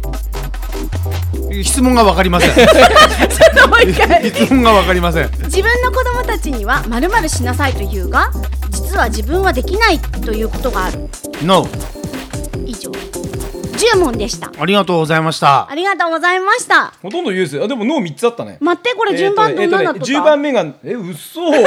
[SPEAKER 2] 質問がわかりませ ん
[SPEAKER 4] もう一回
[SPEAKER 2] 質問がわかりません
[SPEAKER 4] 自分の子供たちには「まるしなさい」というが実は自分はできないということがある
[SPEAKER 2] NO
[SPEAKER 4] 以上10問でした
[SPEAKER 2] ありがとうございました
[SPEAKER 4] ありがとうございました
[SPEAKER 3] ほとんどユース。あでも脳三つあったね。
[SPEAKER 4] 待ってこれ順番どんなだった、
[SPEAKER 3] 十番目がえ嘘。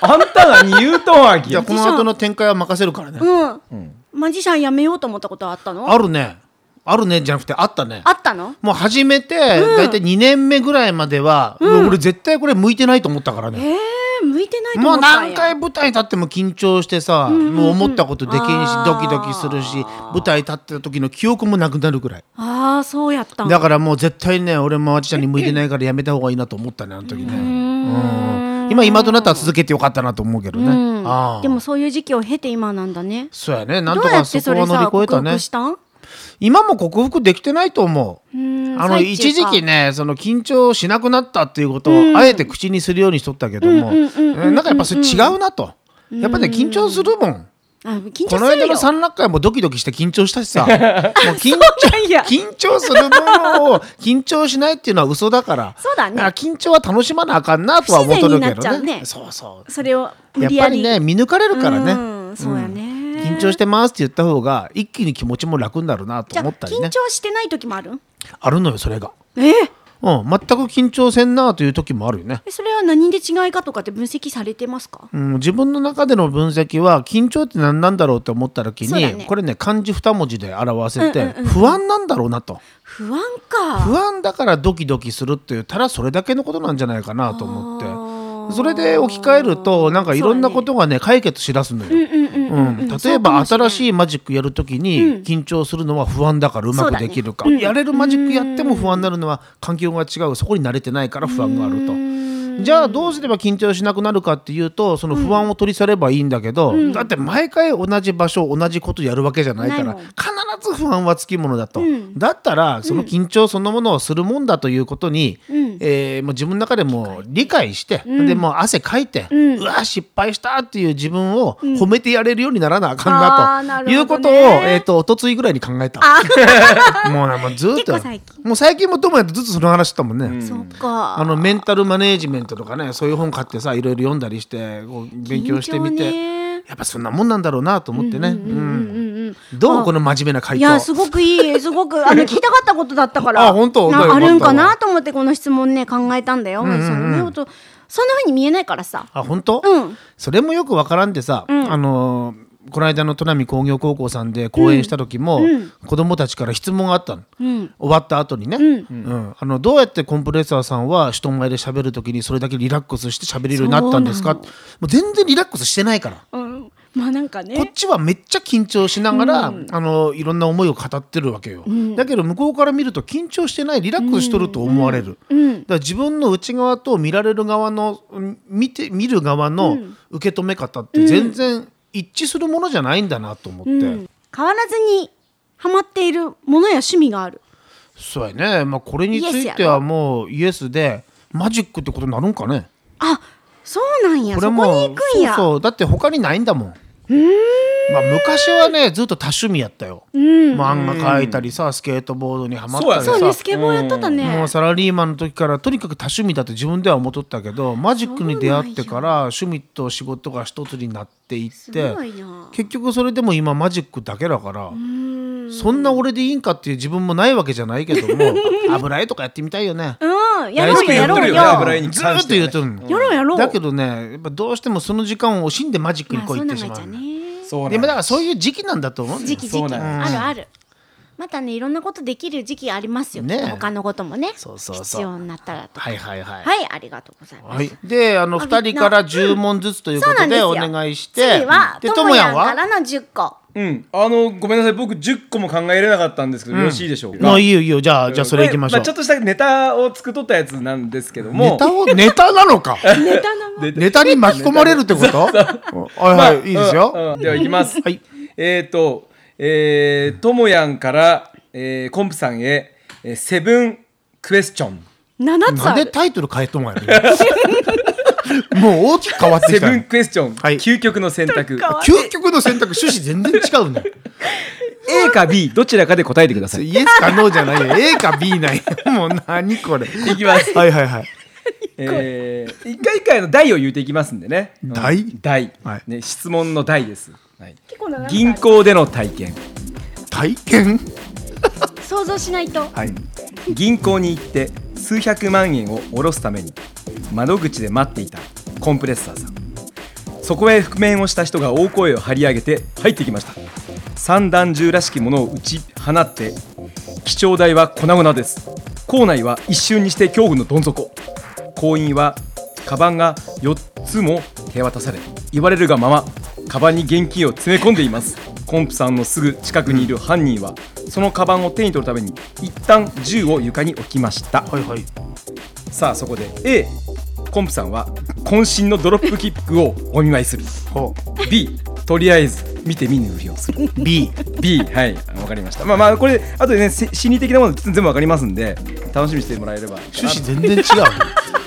[SPEAKER 3] あんたがニュートンアキ
[SPEAKER 2] じゃあこの後の展開は任せるからね
[SPEAKER 4] うん、マジシャン辞めようと思ったことはあったの
[SPEAKER 2] あるねあるねじゃなくてあったね
[SPEAKER 4] あったの
[SPEAKER 2] もう始めて大体2年目ぐらいまでは、もう俺絶対これ向いてないと思ったからね、
[SPEAKER 4] えー、向いてないと
[SPEAKER 2] も
[SPEAKER 4] 思
[SPEAKER 2] う
[SPEAKER 4] ったん
[SPEAKER 2] 何
[SPEAKER 4] や
[SPEAKER 2] 回舞台立っても緊張してさ、もう思ったことできんし
[SPEAKER 4] あー
[SPEAKER 2] ドキドキするし舞台立ってた時の記憶もなくなるぐらい
[SPEAKER 4] ああそうやったん
[SPEAKER 2] だからもう絶対ね俺もあちちゃんに向いてないからやめた方がいいなと思ったねあの時ねうん今今となったら続けてよかったなと思うけどね、
[SPEAKER 4] うん
[SPEAKER 2] ああ
[SPEAKER 4] でもそういう時期を経て今なんだね
[SPEAKER 2] そうやねなん
[SPEAKER 4] ど
[SPEAKER 2] と
[SPEAKER 4] うや
[SPEAKER 2] か
[SPEAKER 4] って
[SPEAKER 2] そ
[SPEAKER 4] そ
[SPEAKER 2] こ
[SPEAKER 4] れ
[SPEAKER 2] は乗り
[SPEAKER 4] さ
[SPEAKER 2] 越えた
[SPEAKER 4] 克
[SPEAKER 2] ね
[SPEAKER 4] 服したん
[SPEAKER 2] 今も克服できてないと思う
[SPEAKER 4] うん
[SPEAKER 2] あの
[SPEAKER 4] 最中
[SPEAKER 2] 一時
[SPEAKER 4] か
[SPEAKER 2] 期ねその緊張しなくなったっていうことをあえて口にするようにしとったけども
[SPEAKER 4] うんうんうんうんうん
[SPEAKER 2] えなんかやっぱそれ違うなとやっぱね緊張するもん
[SPEAKER 4] あ緊張
[SPEAKER 2] この
[SPEAKER 4] する
[SPEAKER 2] 間
[SPEAKER 4] よ
[SPEAKER 2] の三落会もドキドキして緊張した しさもう緊張
[SPEAKER 4] なんや
[SPEAKER 2] 緊張するものを緊張しないっていうのは嘘だから
[SPEAKER 4] そうだね
[SPEAKER 2] から緊張は楽しまなあかんなとは思っとるけ
[SPEAKER 4] 不自然になっちゃ
[SPEAKER 2] ど
[SPEAKER 4] う
[SPEAKER 2] ね
[SPEAKER 4] ね
[SPEAKER 2] そうそう
[SPEAKER 4] それを無
[SPEAKER 2] やっ
[SPEAKER 4] 理
[SPEAKER 2] ぱ
[SPEAKER 4] や
[SPEAKER 2] り
[SPEAKER 4] り
[SPEAKER 2] ね見抜かれるからね、
[SPEAKER 4] うんそうやね、
[SPEAKER 2] 緊張してますって言った方が一気に気持ちも楽になるな
[SPEAKER 4] じ
[SPEAKER 2] と
[SPEAKER 4] ゃあ
[SPEAKER 2] 思ったり
[SPEAKER 4] 緊
[SPEAKER 2] ね
[SPEAKER 4] 張してない時もある
[SPEAKER 2] あるのよそれが。
[SPEAKER 4] ええ
[SPEAKER 2] うん、全く緊張せんなという時もあるよね。
[SPEAKER 4] それは何で違いかとかって分析されてますか
[SPEAKER 2] うん、自分の中での分析は緊張って何なんだろうって思った時
[SPEAKER 4] そうだ
[SPEAKER 2] に、
[SPEAKER 4] ね
[SPEAKER 2] これね漢字2文字で表せて、
[SPEAKER 4] うんうんうん
[SPEAKER 2] 不安なんだろうなと
[SPEAKER 4] 不安か
[SPEAKER 2] 不安だからドキドキするっていうただそれだけのことなんじゃないかなと
[SPEAKER 4] あ
[SPEAKER 2] 思って
[SPEAKER 4] ー
[SPEAKER 2] それで置き換えるとなんかいろんなことがね解決しだすのよ。
[SPEAKER 4] うんうんうん
[SPEAKER 2] うん、例えば新しいマジックやるときに緊張するのは不安だからうまくできるか、
[SPEAKER 4] そうだねうん
[SPEAKER 2] やれるマジックやっても不安になるのは環境が違うそこに慣れてないから不安があると。じゃあどうすれば緊張しなくなるかっていうとその不安を取り去ればいいんだけど、だって毎回同じ場所同じことやるわけじゃないか
[SPEAKER 4] な
[SPEAKER 2] ら
[SPEAKER 4] いもん
[SPEAKER 2] 必ず不安はつきものだと、だったらその緊張そのものをするもんだということに、えーもう自分の中でもう理解して、でもう汗かいて、うわ失敗したっていう自分を褒めてやれるようにならなあかん
[SPEAKER 4] あ
[SPEAKER 2] な
[SPEAKER 4] ーな
[SPEAKER 2] と、
[SPEAKER 4] るほどね
[SPEAKER 2] いうことを、えー、と一昨日ぐらいに考えた。 もうなもうずっと
[SPEAKER 4] 結構最近
[SPEAKER 2] もう最近もともやとずっとその話だったもんね。
[SPEAKER 4] そっか
[SPEAKER 2] あのメンタルマネージメントとかねそういう本買ってさいろいろ読んだりしてこう勉強してみて、
[SPEAKER 4] 緊張ね
[SPEAKER 2] やっぱそんなもんなんだろうなと思ってね、うん
[SPEAKER 4] うん
[SPEAKER 2] どうこの真面目な回
[SPEAKER 4] い
[SPEAKER 2] 答
[SPEAKER 4] やすごく いいすごくあの聞いたかったことだったから
[SPEAKER 2] あ本当
[SPEAKER 4] な
[SPEAKER 2] よか
[SPEAKER 4] あ
[SPEAKER 2] った
[SPEAKER 4] るんかなと思ってこの質問ね考えたんだよ、そのね音そんな風に見えないからさ
[SPEAKER 2] あ本当、
[SPEAKER 4] うん
[SPEAKER 2] それもよくわからんでさ、あのーこの間の砺波工業高校さんで講演した時も、子供たちから質問があったの、終わった後にね、うんあのどうやってコンプレッサーさんは人前で喋る時にそれだけリラックスして喋れるようになったんですか
[SPEAKER 4] そう
[SPEAKER 2] もう全然リラックスしてないから。
[SPEAKER 4] うんまあなんかね
[SPEAKER 2] こっちはめっちゃ緊張しながら、あのいろんな思いを語ってるわけよ、だけど向こうから見ると緊張してないリラックスしとると思われる、だから自分の内側と見られる側のうん見て見る側の受け止め方って全然一致するものじゃないんだなと思って、
[SPEAKER 4] うん変わらずにハマっているものや趣味がある
[SPEAKER 2] そうやね、まあ、これについてはもうイエスでマジックってことになるんかね
[SPEAKER 4] あそうなんや
[SPEAKER 2] こ
[SPEAKER 4] そ
[SPEAKER 2] れ
[SPEAKER 4] こ
[SPEAKER 2] も
[SPEAKER 4] に行くんや
[SPEAKER 2] そうそうだって他にないんだもんまあ、昔はねずっと多趣味やったよ、漫画描いたりさスケートボードにはまったり
[SPEAKER 4] そう
[SPEAKER 2] さ
[SPEAKER 4] ねスケボーやっとったね、
[SPEAKER 2] もうサラリーマンの時からとにかく多趣味だって自分では思っとったけどマジックに出会ってから趣味と仕事が一つになっていっ
[SPEAKER 4] す
[SPEAKER 2] て
[SPEAKER 4] ごいな
[SPEAKER 2] 結局それでも今マジックだけだからそんな俺でいいんかっていう自分もないわけじゃないけど も油絵とかやってみたいよね。
[SPEAKER 4] うんやろうよ
[SPEAKER 2] 大
[SPEAKER 4] や
[SPEAKER 2] 好
[SPEAKER 4] ろ
[SPEAKER 2] き
[SPEAKER 4] うよ
[SPEAKER 2] だ
[SPEAKER 4] や
[SPEAKER 2] よ
[SPEAKER 3] 油絵に
[SPEAKER 2] ずー
[SPEAKER 3] 関
[SPEAKER 2] っ
[SPEAKER 3] し
[SPEAKER 2] と
[SPEAKER 3] て
[SPEAKER 2] 言
[SPEAKER 3] は
[SPEAKER 2] う
[SPEAKER 3] ね
[SPEAKER 2] とん
[SPEAKER 4] ろうやろう
[SPEAKER 2] だけどねやっぱどうしてもその時間を惜しんでマジックに
[SPEAKER 4] まあ
[SPEAKER 2] こう
[SPEAKER 4] そ
[SPEAKER 2] 行
[SPEAKER 4] う
[SPEAKER 2] っ
[SPEAKER 4] な
[SPEAKER 2] て
[SPEAKER 4] ん
[SPEAKER 2] し
[SPEAKER 4] や
[SPEAKER 2] ま
[SPEAKER 4] じゃ
[SPEAKER 2] う
[SPEAKER 4] ね
[SPEAKER 2] ね。でもだからそういう時期なんだと思う
[SPEAKER 4] 時期時
[SPEAKER 3] そう
[SPEAKER 4] 期
[SPEAKER 3] なん
[SPEAKER 4] あるあるまたねいろんなことできる時期ありますよ、
[SPEAKER 2] ねえ
[SPEAKER 4] ね、他のこともね
[SPEAKER 2] そうそうそう
[SPEAKER 4] 必要になったらと
[SPEAKER 2] はいはいはい。
[SPEAKER 4] はい、ありがとうございます、
[SPEAKER 2] はい、であの
[SPEAKER 4] あ
[SPEAKER 2] 2人から10問ずつという
[SPEAKER 4] そ
[SPEAKER 2] こ
[SPEAKER 4] うな
[SPEAKER 2] と
[SPEAKER 4] んです
[SPEAKER 2] で
[SPEAKER 4] よ
[SPEAKER 2] お願いして
[SPEAKER 4] 次は
[SPEAKER 2] で
[SPEAKER 4] と
[SPEAKER 2] と
[SPEAKER 4] も
[SPEAKER 2] も
[SPEAKER 4] や
[SPEAKER 2] やん
[SPEAKER 4] んか
[SPEAKER 2] は
[SPEAKER 4] らの10個
[SPEAKER 3] うん、あのごめんなさい僕10個も考えれなかったんですけど、よろしいでしょうか
[SPEAKER 2] まあいいよいいよじゃあじゃあそれいきましょう
[SPEAKER 3] これあ、ちょっとしたネタを作っとったやつなんですけども
[SPEAKER 2] ネタをネタなのか
[SPEAKER 4] ネタの
[SPEAKER 3] で
[SPEAKER 2] ネタに巻き込まれるってことはいはいいいです
[SPEAKER 3] うん
[SPEAKER 2] よ
[SPEAKER 3] うんではいきます、
[SPEAKER 2] はい
[SPEAKER 3] えっ、ー、とえーともやんから、えー、コンプさんへ、えー、セブンクエスチョン
[SPEAKER 4] 7つ
[SPEAKER 2] な
[SPEAKER 4] あ
[SPEAKER 2] んで
[SPEAKER 4] る
[SPEAKER 2] タイトル変えとんやね もう大きく変わって
[SPEAKER 3] セ
[SPEAKER 2] きた
[SPEAKER 3] ブン
[SPEAKER 2] ね
[SPEAKER 3] クエスチョン、
[SPEAKER 2] はい
[SPEAKER 3] 究極の選択
[SPEAKER 4] かわ
[SPEAKER 2] 究極の選択趣旨全然違うね
[SPEAKER 3] A か B どちらかで答えてください
[SPEAKER 2] イエスかノーじゃないよ A か B ない もう何これ
[SPEAKER 3] いきます、
[SPEAKER 2] はいはいはい
[SPEAKER 3] えー、一回一回の題を言うていきますんでね
[SPEAKER 2] 題
[SPEAKER 3] うん題、
[SPEAKER 2] はい
[SPEAKER 3] ね、質問の題です、はい、
[SPEAKER 4] 結構長い
[SPEAKER 3] 銀行での体験
[SPEAKER 2] 体験
[SPEAKER 4] 想像しないと
[SPEAKER 3] はい、銀行に行って数百万円を下ろすために窓口で待っていたコンプレッサーさんそこへ覆面をした人が大声を張り上げて入ってきました三段銃らしきものを打ち放って基調台は粉々です校内は一瞬にして恐怖のどん底校員はカバンが4つも手渡され言われるがままカバンに現金を詰め込んでいますコンプさんのすぐ近くにいる犯人はそのカバンを手に取るために一旦銃を床に置きました
[SPEAKER 2] はいはい
[SPEAKER 3] さあそこで A コンプさんは渾身のドロップキックをお見舞いする
[SPEAKER 2] ほ
[SPEAKER 3] B とりあえず見て見ぬふり をする
[SPEAKER 2] う B
[SPEAKER 3] B はいわかりましたまあまあこれあとでねせ心理的なもの全部わかりますんで楽しみにしてもらえれば
[SPEAKER 2] 趣旨全然違う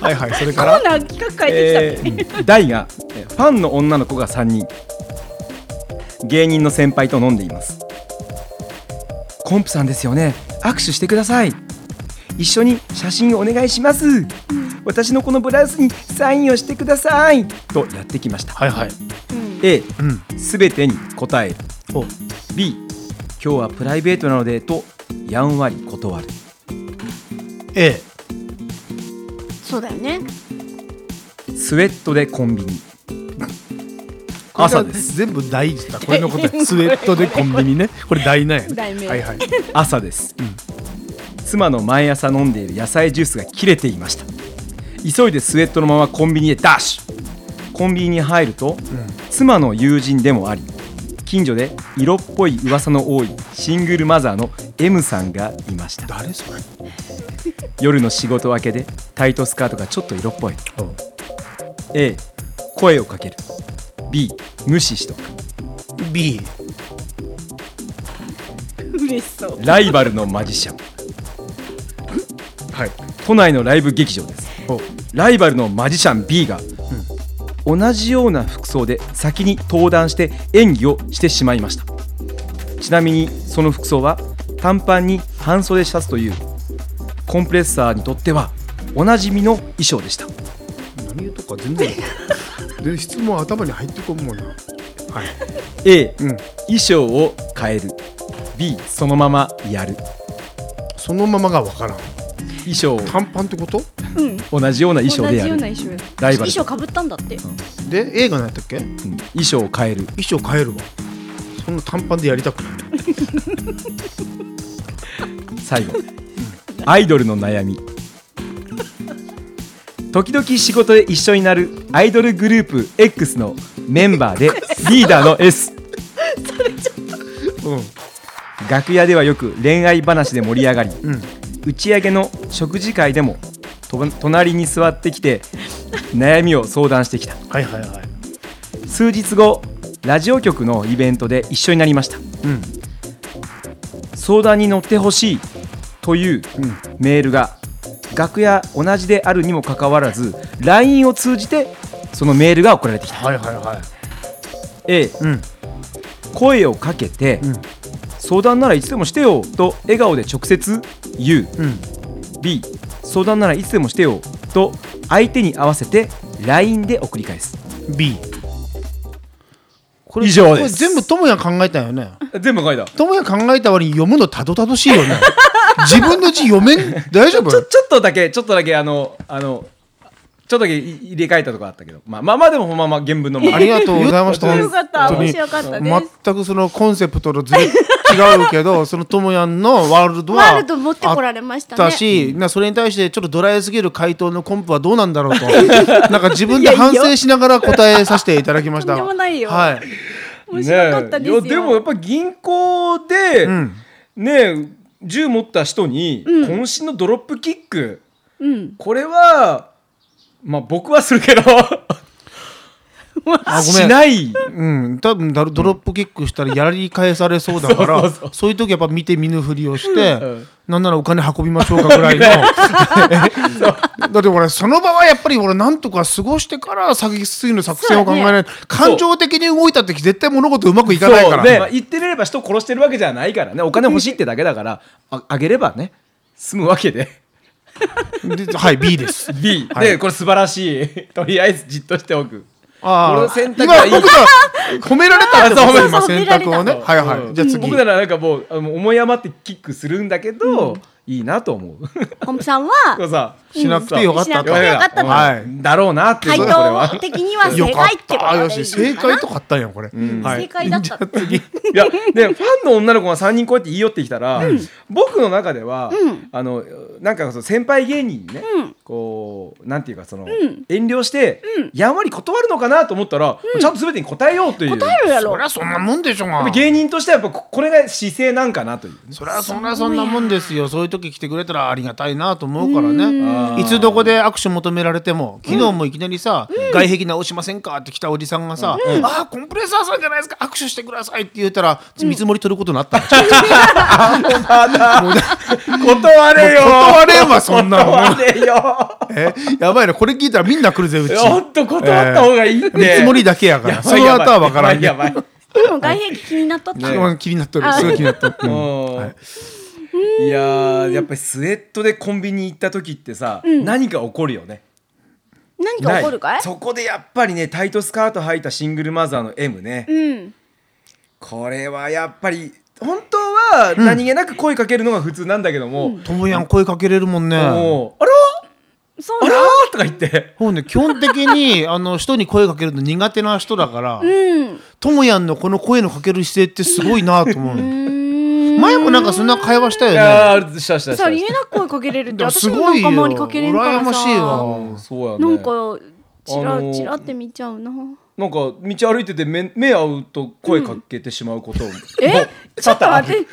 [SPEAKER 2] はいはいそれか
[SPEAKER 5] コ
[SPEAKER 2] ら
[SPEAKER 5] ーナー企画変えて
[SPEAKER 3] え
[SPEAKER 5] き
[SPEAKER 3] ー、大がえーファンの女の子が3人芸人の先輩と飲んでいますコンプさんですよね握手してください一緒に写真お願いします私のこのブラウスにサインをしてくださいとやってきました
[SPEAKER 2] はいはい
[SPEAKER 3] A
[SPEAKER 2] うん
[SPEAKER 3] すべてに答える B 今日はプライベートなのでとやんわり断る
[SPEAKER 2] A
[SPEAKER 4] そうだよね
[SPEAKER 3] スウェットでコンビニ
[SPEAKER 2] これが
[SPEAKER 3] 朝です
[SPEAKER 2] 全部大事だこれのことスウェットでコンビニねこれ大なんやね
[SPEAKER 5] 題名
[SPEAKER 2] はいはい
[SPEAKER 3] 朝です、妻の毎朝飲んでいる野菜ジュースが切れていました急いでスウェットのままコンビニへダッシュコンビニに入ると、妻の友人でもあり近所で色っぽい噂の多いシングルマザーの M さんがいました
[SPEAKER 2] 誰それ
[SPEAKER 3] 夜の仕事明けでタイトスカートがちょっと色っぽい、A 声をかける B 無視しとく
[SPEAKER 2] B
[SPEAKER 5] た嬉しそう
[SPEAKER 3] ライバルのマジシャン
[SPEAKER 2] はい
[SPEAKER 3] 都内のライブ劇場ですライバルのマジシャン B が、同じような服装で先に登壇して演技をしてしまいましたちなみにその服装は短パンに半袖シャツというコンプレッサーにとってはおなじみの衣装でした
[SPEAKER 2] 何言うとか全然で質問頭に入ってこんもんなはい
[SPEAKER 3] A、
[SPEAKER 2] うん
[SPEAKER 3] 衣装を変える B そのままやる
[SPEAKER 2] そのままがわからん
[SPEAKER 3] 衣装を
[SPEAKER 2] 短パンってこと
[SPEAKER 3] 同じような衣装
[SPEAKER 5] 同
[SPEAKER 3] で
[SPEAKER 5] じ
[SPEAKER 3] や
[SPEAKER 5] よう
[SPEAKER 3] る
[SPEAKER 5] な衣装で
[SPEAKER 3] ライ
[SPEAKER 5] 衣
[SPEAKER 3] バル、
[SPEAKER 5] 装かぶったんだって
[SPEAKER 2] で A が何やったっけ
[SPEAKER 3] うん衣装を変える
[SPEAKER 2] 衣装変えるわそんな短パンでやりたくない
[SPEAKER 3] 最後アイドルの悩み時々仕事で一緒になるアイドルグループ X のメンバーでリーダーの S 楽屋ではよく恋愛話で盛り上がり、
[SPEAKER 2] ん
[SPEAKER 3] 打ち上げの食事会でもと隣に座ってきて悩みを相談してきた
[SPEAKER 2] はいはいはい
[SPEAKER 3] 数日後ラジオ局のイベントで一緒になりました
[SPEAKER 2] うん
[SPEAKER 3] 相談に乗ってほしいというメールが楽屋同じであるにもかかわらず LINE を通じてそのメールが送られてきた
[SPEAKER 2] はいはいはい
[SPEAKER 3] A
[SPEAKER 2] うん
[SPEAKER 3] 声をかけて、
[SPEAKER 2] ん
[SPEAKER 3] 相談ならいつでもしてよと笑顔で直接言う
[SPEAKER 2] うん
[SPEAKER 3] B 相談ならいつでもしてよと相手に合わせて LINE で送り返す
[SPEAKER 2] B こ
[SPEAKER 3] 以上です
[SPEAKER 2] これ全部ともや考えたよね
[SPEAKER 3] 全部書いたち
[SPEAKER 2] ともや考えた割に読むのたどたどしいよね自分の字読めん大丈夫
[SPEAKER 3] ょちょっとだけちょっとだけあのあのちょっとだけい入れ替えたとこあったけど、まあ、まあまあでもほんままあ原文のまま
[SPEAKER 2] ありがとうございま した
[SPEAKER 5] よかった
[SPEAKER 2] 本当に
[SPEAKER 5] 面白かったです
[SPEAKER 2] 全くそのコンセプトとずれ違うけどそのともやんのワールドは
[SPEAKER 4] ワールド持ってこられましたね
[SPEAKER 2] あったしなそれに対してちょっとドライすぎる回答のコンプはどうなんだろうとなんか自分で反省しながら答えさせていただきました
[SPEAKER 5] とんでもないよ
[SPEAKER 2] はい、
[SPEAKER 5] 面白かったですよ
[SPEAKER 3] ねえいやでもやっぱ銀行で、
[SPEAKER 2] ん
[SPEAKER 3] ねえ銃持った人に渾身のドロップキック、
[SPEAKER 5] うん
[SPEAKER 3] これはまあ僕はするけ ど
[SPEAKER 2] あごめん
[SPEAKER 3] しない
[SPEAKER 2] うん、多分だドロップキックしたらやり返されそうだから、
[SPEAKER 3] うん
[SPEAKER 2] そう
[SPEAKER 3] そうそう
[SPEAKER 2] いう時やっぱ見て見ぬふりをして、
[SPEAKER 3] うん
[SPEAKER 2] なんならお金運びましょうかぐらいの だって俺その場はやっぱり俺なんとか過ごしてから詐欺ぎの作戦を考えない、感情的に動いた時絶対物事うまくいかないから、
[SPEAKER 3] そうねまあ言ってみれば人を殺してるわけじゃないからねお金欲しいってだけだからああげればね済むわけで
[SPEAKER 2] ではい B です
[SPEAKER 3] B、
[SPEAKER 2] はい
[SPEAKER 3] でこれ素晴らしい とりあえずじっとしておく
[SPEAKER 2] あ
[SPEAKER 3] こ
[SPEAKER 2] あ
[SPEAKER 3] の選択はいい
[SPEAKER 2] 今僕が褒められたってこと
[SPEAKER 4] そう
[SPEAKER 2] 今
[SPEAKER 4] そう
[SPEAKER 2] 選択をね
[SPEAKER 4] 褒められ
[SPEAKER 2] はいはい、じゃあ次
[SPEAKER 3] 僕ならなんかもうあの思い余ってキックするんだけど、いいなと思う。
[SPEAKER 4] 本部 さんは
[SPEAKER 3] これさ
[SPEAKER 2] しなくてよかった
[SPEAKER 4] しなくてよかった
[SPEAKER 2] と
[SPEAKER 4] と
[SPEAKER 2] はい
[SPEAKER 3] だろうなっていう
[SPEAKER 4] 回
[SPEAKER 3] これは
[SPEAKER 4] 答。的には
[SPEAKER 2] よ
[SPEAKER 4] 正
[SPEAKER 2] かっ
[SPEAKER 4] 解ってこ
[SPEAKER 2] たよ
[SPEAKER 4] と
[SPEAKER 2] し正解とかあったんやこれ、はい
[SPEAKER 5] 正解だったって
[SPEAKER 3] いやでファンの女の子が3人こうやって言い寄ってきたら、僕の中では、あのなんかその先輩芸人にね、こうなんていうかその、遠慮して、やんわり断るのかなと思ったら、ちゃんと全てに答えようという
[SPEAKER 5] 答えるや
[SPEAKER 2] そ
[SPEAKER 5] ろ
[SPEAKER 2] りゃそんなもんでしょが
[SPEAKER 3] 芸人としてはやっぱここれが姿勢なんかなという。
[SPEAKER 2] そりゃそんなそんなもんですよそういう時来てくれたらありがたいなと思うから
[SPEAKER 3] ん
[SPEAKER 2] ねいつどこで握手求められても昨日もいきなりさ「外壁直しませんか?」って来たおじさんがさ「ああコンプレッサーさんじゃないですか握手してください」って言ったら見積もり取ることになった の
[SPEAKER 3] 断れよ
[SPEAKER 2] 断れんわそんなの
[SPEAKER 3] 断れよ
[SPEAKER 2] えやばいなこれ聞いたらみんな来るぜうち
[SPEAKER 3] ほんと断った方がいいっ て、
[SPEAKER 2] 見積もりだけやか
[SPEAKER 3] やば
[SPEAKER 2] ら
[SPEAKER 3] い
[SPEAKER 2] その後は分からんけ
[SPEAKER 3] や
[SPEAKER 2] ど
[SPEAKER 3] ばいやばい
[SPEAKER 4] でも外壁気になっとった、
[SPEAKER 3] ね
[SPEAKER 2] うん気になっとるすごい気になっとるうん
[SPEAKER 3] うんいやーやっぱりスウェットでコンビニ行った時ってさ、何か起こるよね
[SPEAKER 4] 何か起こるかい
[SPEAKER 3] ないそこでやっぱりねタイトスカート履いたシングルマザーの M ね、
[SPEAKER 4] うん
[SPEAKER 3] これはやっぱり本当は何気なく声かけるのが普通なんだけども、
[SPEAKER 2] ともやん声かけれるもんね
[SPEAKER 3] もうあら
[SPEAKER 4] そう
[SPEAKER 3] あ
[SPEAKER 4] な
[SPEAKER 3] ら
[SPEAKER 4] の
[SPEAKER 3] とか言って
[SPEAKER 2] ほんで基本的 にあの人に声かけるの苦手な人だからともやんのこの声のかける姿勢ってすごいなと思う前もなんかそんな会話したよ
[SPEAKER 3] い
[SPEAKER 2] ね
[SPEAKER 3] やーしたしたした
[SPEAKER 4] さあ
[SPEAKER 3] し
[SPEAKER 4] 言えなく声かけれるっ
[SPEAKER 2] で
[SPEAKER 4] て
[SPEAKER 2] も
[SPEAKER 4] 私
[SPEAKER 2] す
[SPEAKER 4] も
[SPEAKER 2] ご
[SPEAKER 4] なん
[SPEAKER 2] いよ
[SPEAKER 4] か前にかけれるからさ
[SPEAKER 2] 羨ましいわ
[SPEAKER 3] たそうやね
[SPEAKER 4] なんかチ
[SPEAKER 3] あ
[SPEAKER 4] ラ
[SPEAKER 3] のー
[SPEAKER 4] チラって見ちゃうな
[SPEAKER 3] なんか道歩いてて目目合うと声かけてしまうことを、
[SPEAKER 4] えちょっと待って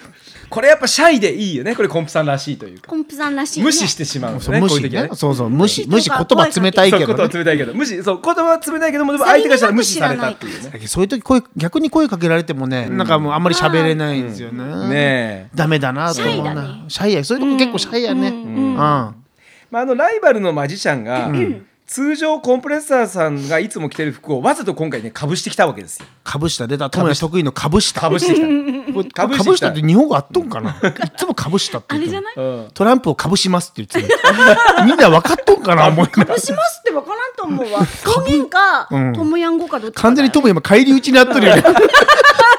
[SPEAKER 3] これやっぱシャイでいいよねこれコンプさんらしいというか
[SPEAKER 4] コンプさんらしい、ね、
[SPEAKER 3] 無視してしまうんです
[SPEAKER 2] そう
[SPEAKER 3] ね
[SPEAKER 2] 無
[SPEAKER 3] こうい
[SPEAKER 2] 視
[SPEAKER 3] う時は
[SPEAKER 2] ねそうそう無視
[SPEAKER 4] うん
[SPEAKER 2] 無視言葉冷たい
[SPEAKER 3] そう
[SPEAKER 2] け
[SPEAKER 3] いう
[SPEAKER 2] ど
[SPEAKER 3] ことは
[SPEAKER 2] ね
[SPEAKER 3] 冷たいけど無視そう言葉は冷たいけどもでも相手がしたら無視されたっていうね
[SPEAKER 2] そういう時声逆に声かけられてもねなんかもうあんまり喋れないんですよね
[SPEAKER 3] ねえ、
[SPEAKER 2] ダメだなと思う
[SPEAKER 4] シャイだね
[SPEAKER 2] なシャイやそういうとこ結構シャイやねうん
[SPEAKER 3] まあ、あのライバルのマジシャンが、通常コンプレッサーさんがいつも着てる服をわざと今回ねかぶしてきたわけですよ
[SPEAKER 2] 株下出たともや得意の株下
[SPEAKER 3] かぶしてきたかぶ
[SPEAKER 2] 株
[SPEAKER 3] してきた
[SPEAKER 2] 下って日本語あっとんかないつも株下って
[SPEAKER 4] あ
[SPEAKER 2] 言って
[SPEAKER 4] れ
[SPEAKER 2] る
[SPEAKER 4] じゃない
[SPEAKER 3] うん
[SPEAKER 2] トランプをかぶしますって言ってた みんな分かっとんかな思いながら
[SPEAKER 4] しますってわからんと思うわ方言か
[SPEAKER 2] うん
[SPEAKER 4] トムヤン語かどっちか
[SPEAKER 2] 完全にトム今返り討ちになっとるよね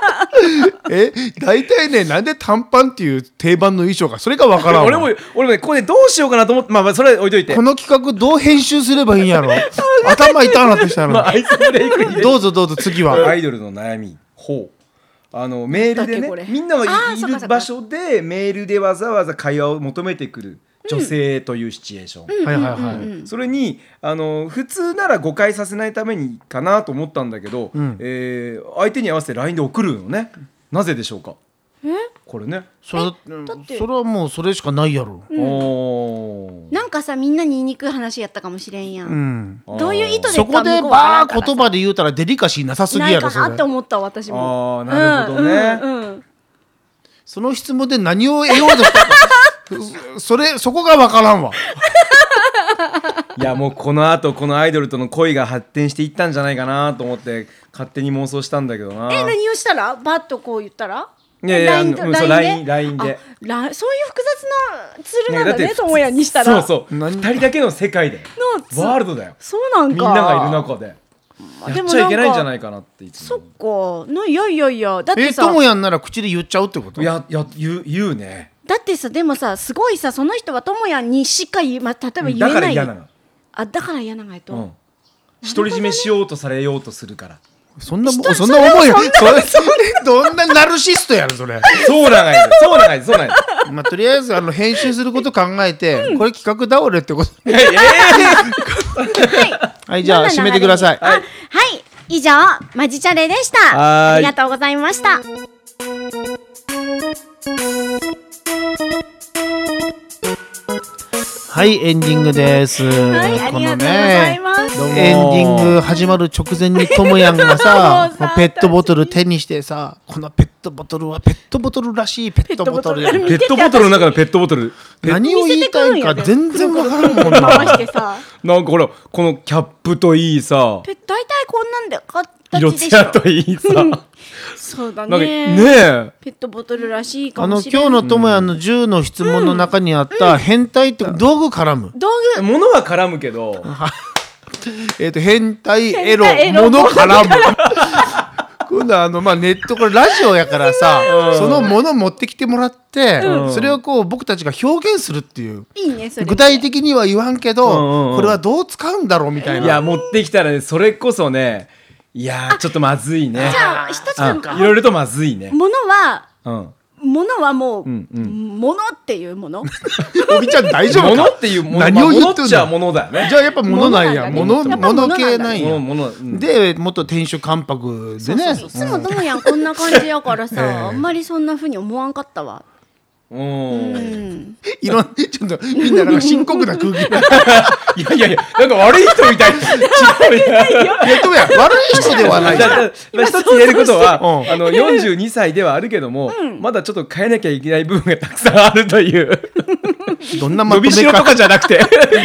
[SPEAKER 2] え大体ねなんで短パンっていう定番の衣装かそれが分からんわ
[SPEAKER 3] 俺も俺もねここでどうしようかなと思ってまあまあそれは置いといて
[SPEAKER 2] この企画どう編集すればいいんや ろ頭痛なってきたの、
[SPEAKER 3] まあアイスブレイクに
[SPEAKER 2] どうぞどうぞ次
[SPEAKER 3] ア
[SPEAKER 2] は
[SPEAKER 3] イドルの悩みほうあのメールで
[SPEAKER 4] だっけこれ
[SPEAKER 3] ねみんながい
[SPEAKER 4] あー
[SPEAKER 3] い
[SPEAKER 4] そっか
[SPEAKER 3] る
[SPEAKER 4] そっか
[SPEAKER 3] 場所でメールでわざわざ会話を求めてくる女性というシチュエーション、
[SPEAKER 2] はいはいはい、
[SPEAKER 3] それにあの普通なら誤解させないためにかなと思ったんだけど、
[SPEAKER 2] ん
[SPEAKER 3] えー相手に合わせて LINE で送るのねなぜでしょうかこれね、
[SPEAKER 2] それそれはもうそれしかないやろ
[SPEAKER 3] おー
[SPEAKER 4] なんかさみんなに言いにくい話やったかもしれんや、
[SPEAKER 2] うんん
[SPEAKER 3] あー
[SPEAKER 4] どういう意図で
[SPEAKER 2] そこで
[SPEAKER 4] バ
[SPEAKER 2] バー言葉で言うたらデリカシーなさすぎ
[SPEAKER 4] ない
[SPEAKER 2] やろ
[SPEAKER 4] か
[SPEAKER 2] そ
[SPEAKER 4] なっ
[SPEAKER 2] れ
[SPEAKER 4] て思った私も
[SPEAKER 3] あーなるほどね
[SPEAKER 4] うんうんうん
[SPEAKER 2] その質問で何を得ようとしたかそそれそこが分からんわ
[SPEAKER 3] いやもうこのあとこのアイドルとの恋が発展していったんじゃないかなと思って勝手に妄想したんだけどな
[SPEAKER 4] え何をしたらバッとこう言ったら
[SPEAKER 3] いやいや
[SPEAKER 4] LINE と
[SPEAKER 3] うんそう
[SPEAKER 4] LINE で
[SPEAKER 3] LINE で
[SPEAKER 4] あらそういう複雑なツールなんだねともやにしたら
[SPEAKER 3] そうそう
[SPEAKER 2] 何
[SPEAKER 3] 2人だけの世界で
[SPEAKER 4] のつ
[SPEAKER 3] ワールドだよ
[SPEAKER 4] そうなんか
[SPEAKER 3] みんながいる中でやっちゃいけないんじゃないかなっていつ
[SPEAKER 4] そ
[SPEAKER 3] も
[SPEAKER 4] っかないやいやいやだっ
[SPEAKER 2] え
[SPEAKER 4] てさ
[SPEAKER 2] ともやんなら口で言っちゃうってこと
[SPEAKER 3] いやいや言う言うね
[SPEAKER 4] だってさでもさすごいさその人はともやにしか言い、まあ、例えば言えな
[SPEAKER 3] だ
[SPEAKER 4] い
[SPEAKER 3] から嫌なの
[SPEAKER 4] あだから嫌ながやと、
[SPEAKER 3] うん独り占めしようとされようとするから
[SPEAKER 2] そんなも
[SPEAKER 4] 人
[SPEAKER 2] そんな思いよそれどんなナルシストやろそれ、
[SPEAKER 3] そうなんやそうなんやそうなんや
[SPEAKER 2] まあ、とりあえずあの編集すること考えて、これ企画倒れってこと
[SPEAKER 3] ええ
[SPEAKER 2] はいじゃあ
[SPEAKER 4] どんな流
[SPEAKER 2] 締
[SPEAKER 4] れ
[SPEAKER 2] めてください
[SPEAKER 4] あはい以上マジチャレでした
[SPEAKER 3] はーい
[SPEAKER 4] ありがとうございました
[SPEAKER 2] はいエンディングです
[SPEAKER 4] はいありがとうございます、
[SPEAKER 3] どうも
[SPEAKER 2] エンディング始まる直前にともやんがさ
[SPEAKER 4] もうさ
[SPEAKER 2] もうペットボトル手にしてさこのペットボトルはペットボトルらしいペットボトルや
[SPEAKER 4] ペッ
[SPEAKER 3] ペット
[SPEAKER 4] トボトル
[SPEAKER 3] ボトルの中のペットボトル
[SPEAKER 2] 何を言いたいか全然わからん もんな
[SPEAKER 4] 回してさ
[SPEAKER 3] なんかほらこのキャップといいさ
[SPEAKER 4] ペ大体こんなんで
[SPEAKER 3] 色艶
[SPEAKER 4] 形でしょ
[SPEAKER 3] といいさなんか
[SPEAKER 4] そうだね
[SPEAKER 3] ね
[SPEAKER 4] ペットボトルらしいか
[SPEAKER 2] あ
[SPEAKER 4] も
[SPEAKER 2] の
[SPEAKER 4] しれ
[SPEAKER 2] 今
[SPEAKER 4] ない
[SPEAKER 2] 日のともやんの10の質問の中にあった変態って道具絡む
[SPEAKER 4] 道
[SPEAKER 3] え物は絡むけど
[SPEAKER 2] えっ、と変態エロ
[SPEAKER 4] 変態エロ
[SPEAKER 2] 物絡む。これだあのまあネットこれラジオやからさ、そのもの持ってきてもらって、それをこう僕たちが表現するっていう。
[SPEAKER 4] いいねそれ
[SPEAKER 2] 具体的には言わんけど、
[SPEAKER 3] うんうんうん
[SPEAKER 2] これはどう使うんだろうみたい
[SPEAKER 3] い
[SPEAKER 2] な。
[SPEAKER 3] や持ってきたらねそれこそねいやーちょっとまずいね
[SPEAKER 4] じゃあ一つ
[SPEAKER 3] うんいろいろとまずいね、
[SPEAKER 4] ものは
[SPEAKER 3] うん、
[SPEAKER 4] ものはもう、
[SPEAKER 3] んう
[SPEAKER 4] ものっていうもの
[SPEAKER 2] おびちゃん大丈夫か。
[SPEAKER 3] 物っていうもの
[SPEAKER 2] 何を言って
[SPEAKER 3] 物
[SPEAKER 2] ん
[SPEAKER 3] っちゃ
[SPEAKER 2] だ。
[SPEAKER 3] 物だよね
[SPEAKER 2] じゃあやっぱ物なんや。
[SPEAKER 4] 物
[SPEAKER 2] 物
[SPEAKER 4] なんだね
[SPEAKER 2] 物系なん
[SPEAKER 3] 物
[SPEAKER 2] や。
[SPEAKER 3] 物うん
[SPEAKER 2] でもっと天守関白でね。
[SPEAKER 4] いつもともやんこんな感じやからさ、あんまりそんな風に思わんかったわ
[SPEAKER 3] うん
[SPEAKER 4] うん
[SPEAKER 2] いろんちょっとみんななんか深刻な空気。
[SPEAKER 3] いやいやいやなんか悪い人みたいに違うやん
[SPEAKER 2] いやでも や悪い人ではない。
[SPEAKER 3] だだまあ一つ言えることは、
[SPEAKER 2] 想像して
[SPEAKER 3] あの42歳ではあるけども、まだちょっと変えなきゃいけない部分がたくさんあるという
[SPEAKER 2] どんなま
[SPEAKER 3] 伸
[SPEAKER 2] とめ
[SPEAKER 3] びしろと
[SPEAKER 2] か。
[SPEAKER 3] かじゃなくて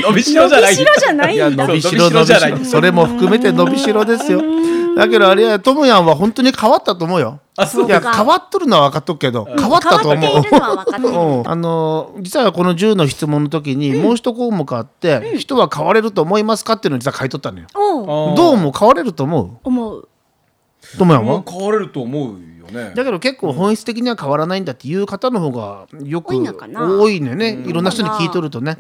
[SPEAKER 3] 伸びしろじゃない
[SPEAKER 4] 伸びしろじゃないんだ
[SPEAKER 3] やそう
[SPEAKER 2] 伸びしろ
[SPEAKER 3] 伸びしろ
[SPEAKER 2] 伸
[SPEAKER 3] じ
[SPEAKER 2] び
[SPEAKER 3] ゃ
[SPEAKER 2] し
[SPEAKER 3] ない
[SPEAKER 2] ろ。それも含めて伸びしろですよ。だけどあれやともやんは本当に変わったと思うよ。
[SPEAKER 3] あそう
[SPEAKER 2] いや変わっとるのは分かっとくけど変わったと思う。
[SPEAKER 4] 変わっているのは分かっている
[SPEAKER 2] うんあのー実はこの10の質問の時にもう一項目あって、人は変われると思いますかっていうのを実は書いとったのよ。
[SPEAKER 4] おう
[SPEAKER 3] あー
[SPEAKER 2] どうも変われると思
[SPEAKER 4] 思う
[SPEAKER 2] うともやん
[SPEAKER 3] まあ
[SPEAKER 2] は。
[SPEAKER 3] 変われると思うよね
[SPEAKER 2] だけど結構本質的には変わらないんだっていう方の方がよく
[SPEAKER 4] 多いのかな
[SPEAKER 2] 多いのよねいろんな人に聞いとるとね、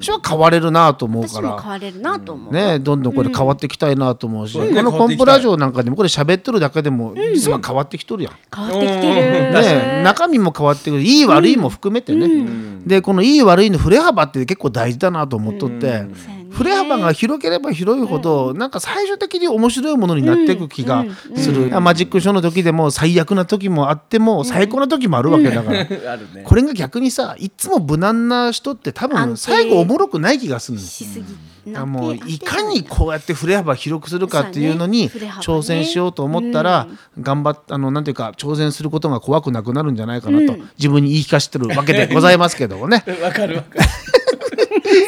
[SPEAKER 2] 私は変われるなと思う
[SPEAKER 4] 私
[SPEAKER 2] か
[SPEAKER 4] も
[SPEAKER 2] ら
[SPEAKER 4] 変われるなと思う、
[SPEAKER 2] ね、どんどんこれ変わっていきたいなと思うし、
[SPEAKER 3] うん
[SPEAKER 2] この
[SPEAKER 3] 変わ
[SPEAKER 2] コ
[SPEAKER 3] っていきたい
[SPEAKER 2] ンプラ嬢なんかでもこれ喋っとるだけでも実は変わってきとるやん。
[SPEAKER 4] 変わってきてる、
[SPEAKER 2] ね、中身も変わってくるいい悪いも含めてね、でこのいい悪いの振れ幅って結構大事だなと思っとって、振れ幅が広ければ広いほど、なんか最終的に面白いものになっていく気がする、マジックショーの時でも最悪な時もあっても最高な時もあるわけだから、
[SPEAKER 3] あるね
[SPEAKER 2] これが逆にさいつも無難な人って多
[SPEAKER 4] 安定
[SPEAKER 2] 分最後おもろくない気がするの
[SPEAKER 4] しすぎな
[SPEAKER 2] あ
[SPEAKER 4] んて
[SPEAKER 2] もう
[SPEAKER 4] あって
[SPEAKER 2] いかにこうやって振れ幅広くするかっていうのに
[SPEAKER 4] そうだね振れ幅ね
[SPEAKER 2] 挑戦しようと思ったら頑張っあのなんていうか挑戦することが怖くなくなるんじゃないかなと自分に言い聞かせてるわけでございますけども ね
[SPEAKER 3] わかるわかる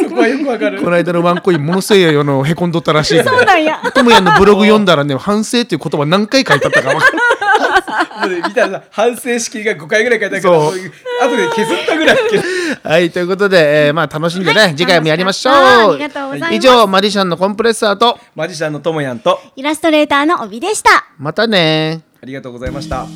[SPEAKER 3] そこはよくわかる
[SPEAKER 2] この間のワンコインものすごいあのへこんどったらしいか
[SPEAKER 4] そう
[SPEAKER 2] ら
[SPEAKER 4] な んや
[SPEAKER 2] ともやのブログ読んだらね反省という言葉何回書いてあったか分かんない
[SPEAKER 3] もうね見たらさ反省式が5回ぐらい書いてあるから
[SPEAKER 2] そう
[SPEAKER 3] もう後で削ったぐらい削る
[SPEAKER 2] はいということで、えーまあ楽しんでね、
[SPEAKER 4] はい
[SPEAKER 2] 次回もやりましょう
[SPEAKER 4] 楽しかったありがとうございます
[SPEAKER 2] 以上マリシャンのコンプレッサーと
[SPEAKER 3] マジシャンのともやんと
[SPEAKER 4] イラストレーターの帯でした
[SPEAKER 2] またね
[SPEAKER 3] ありがとうございました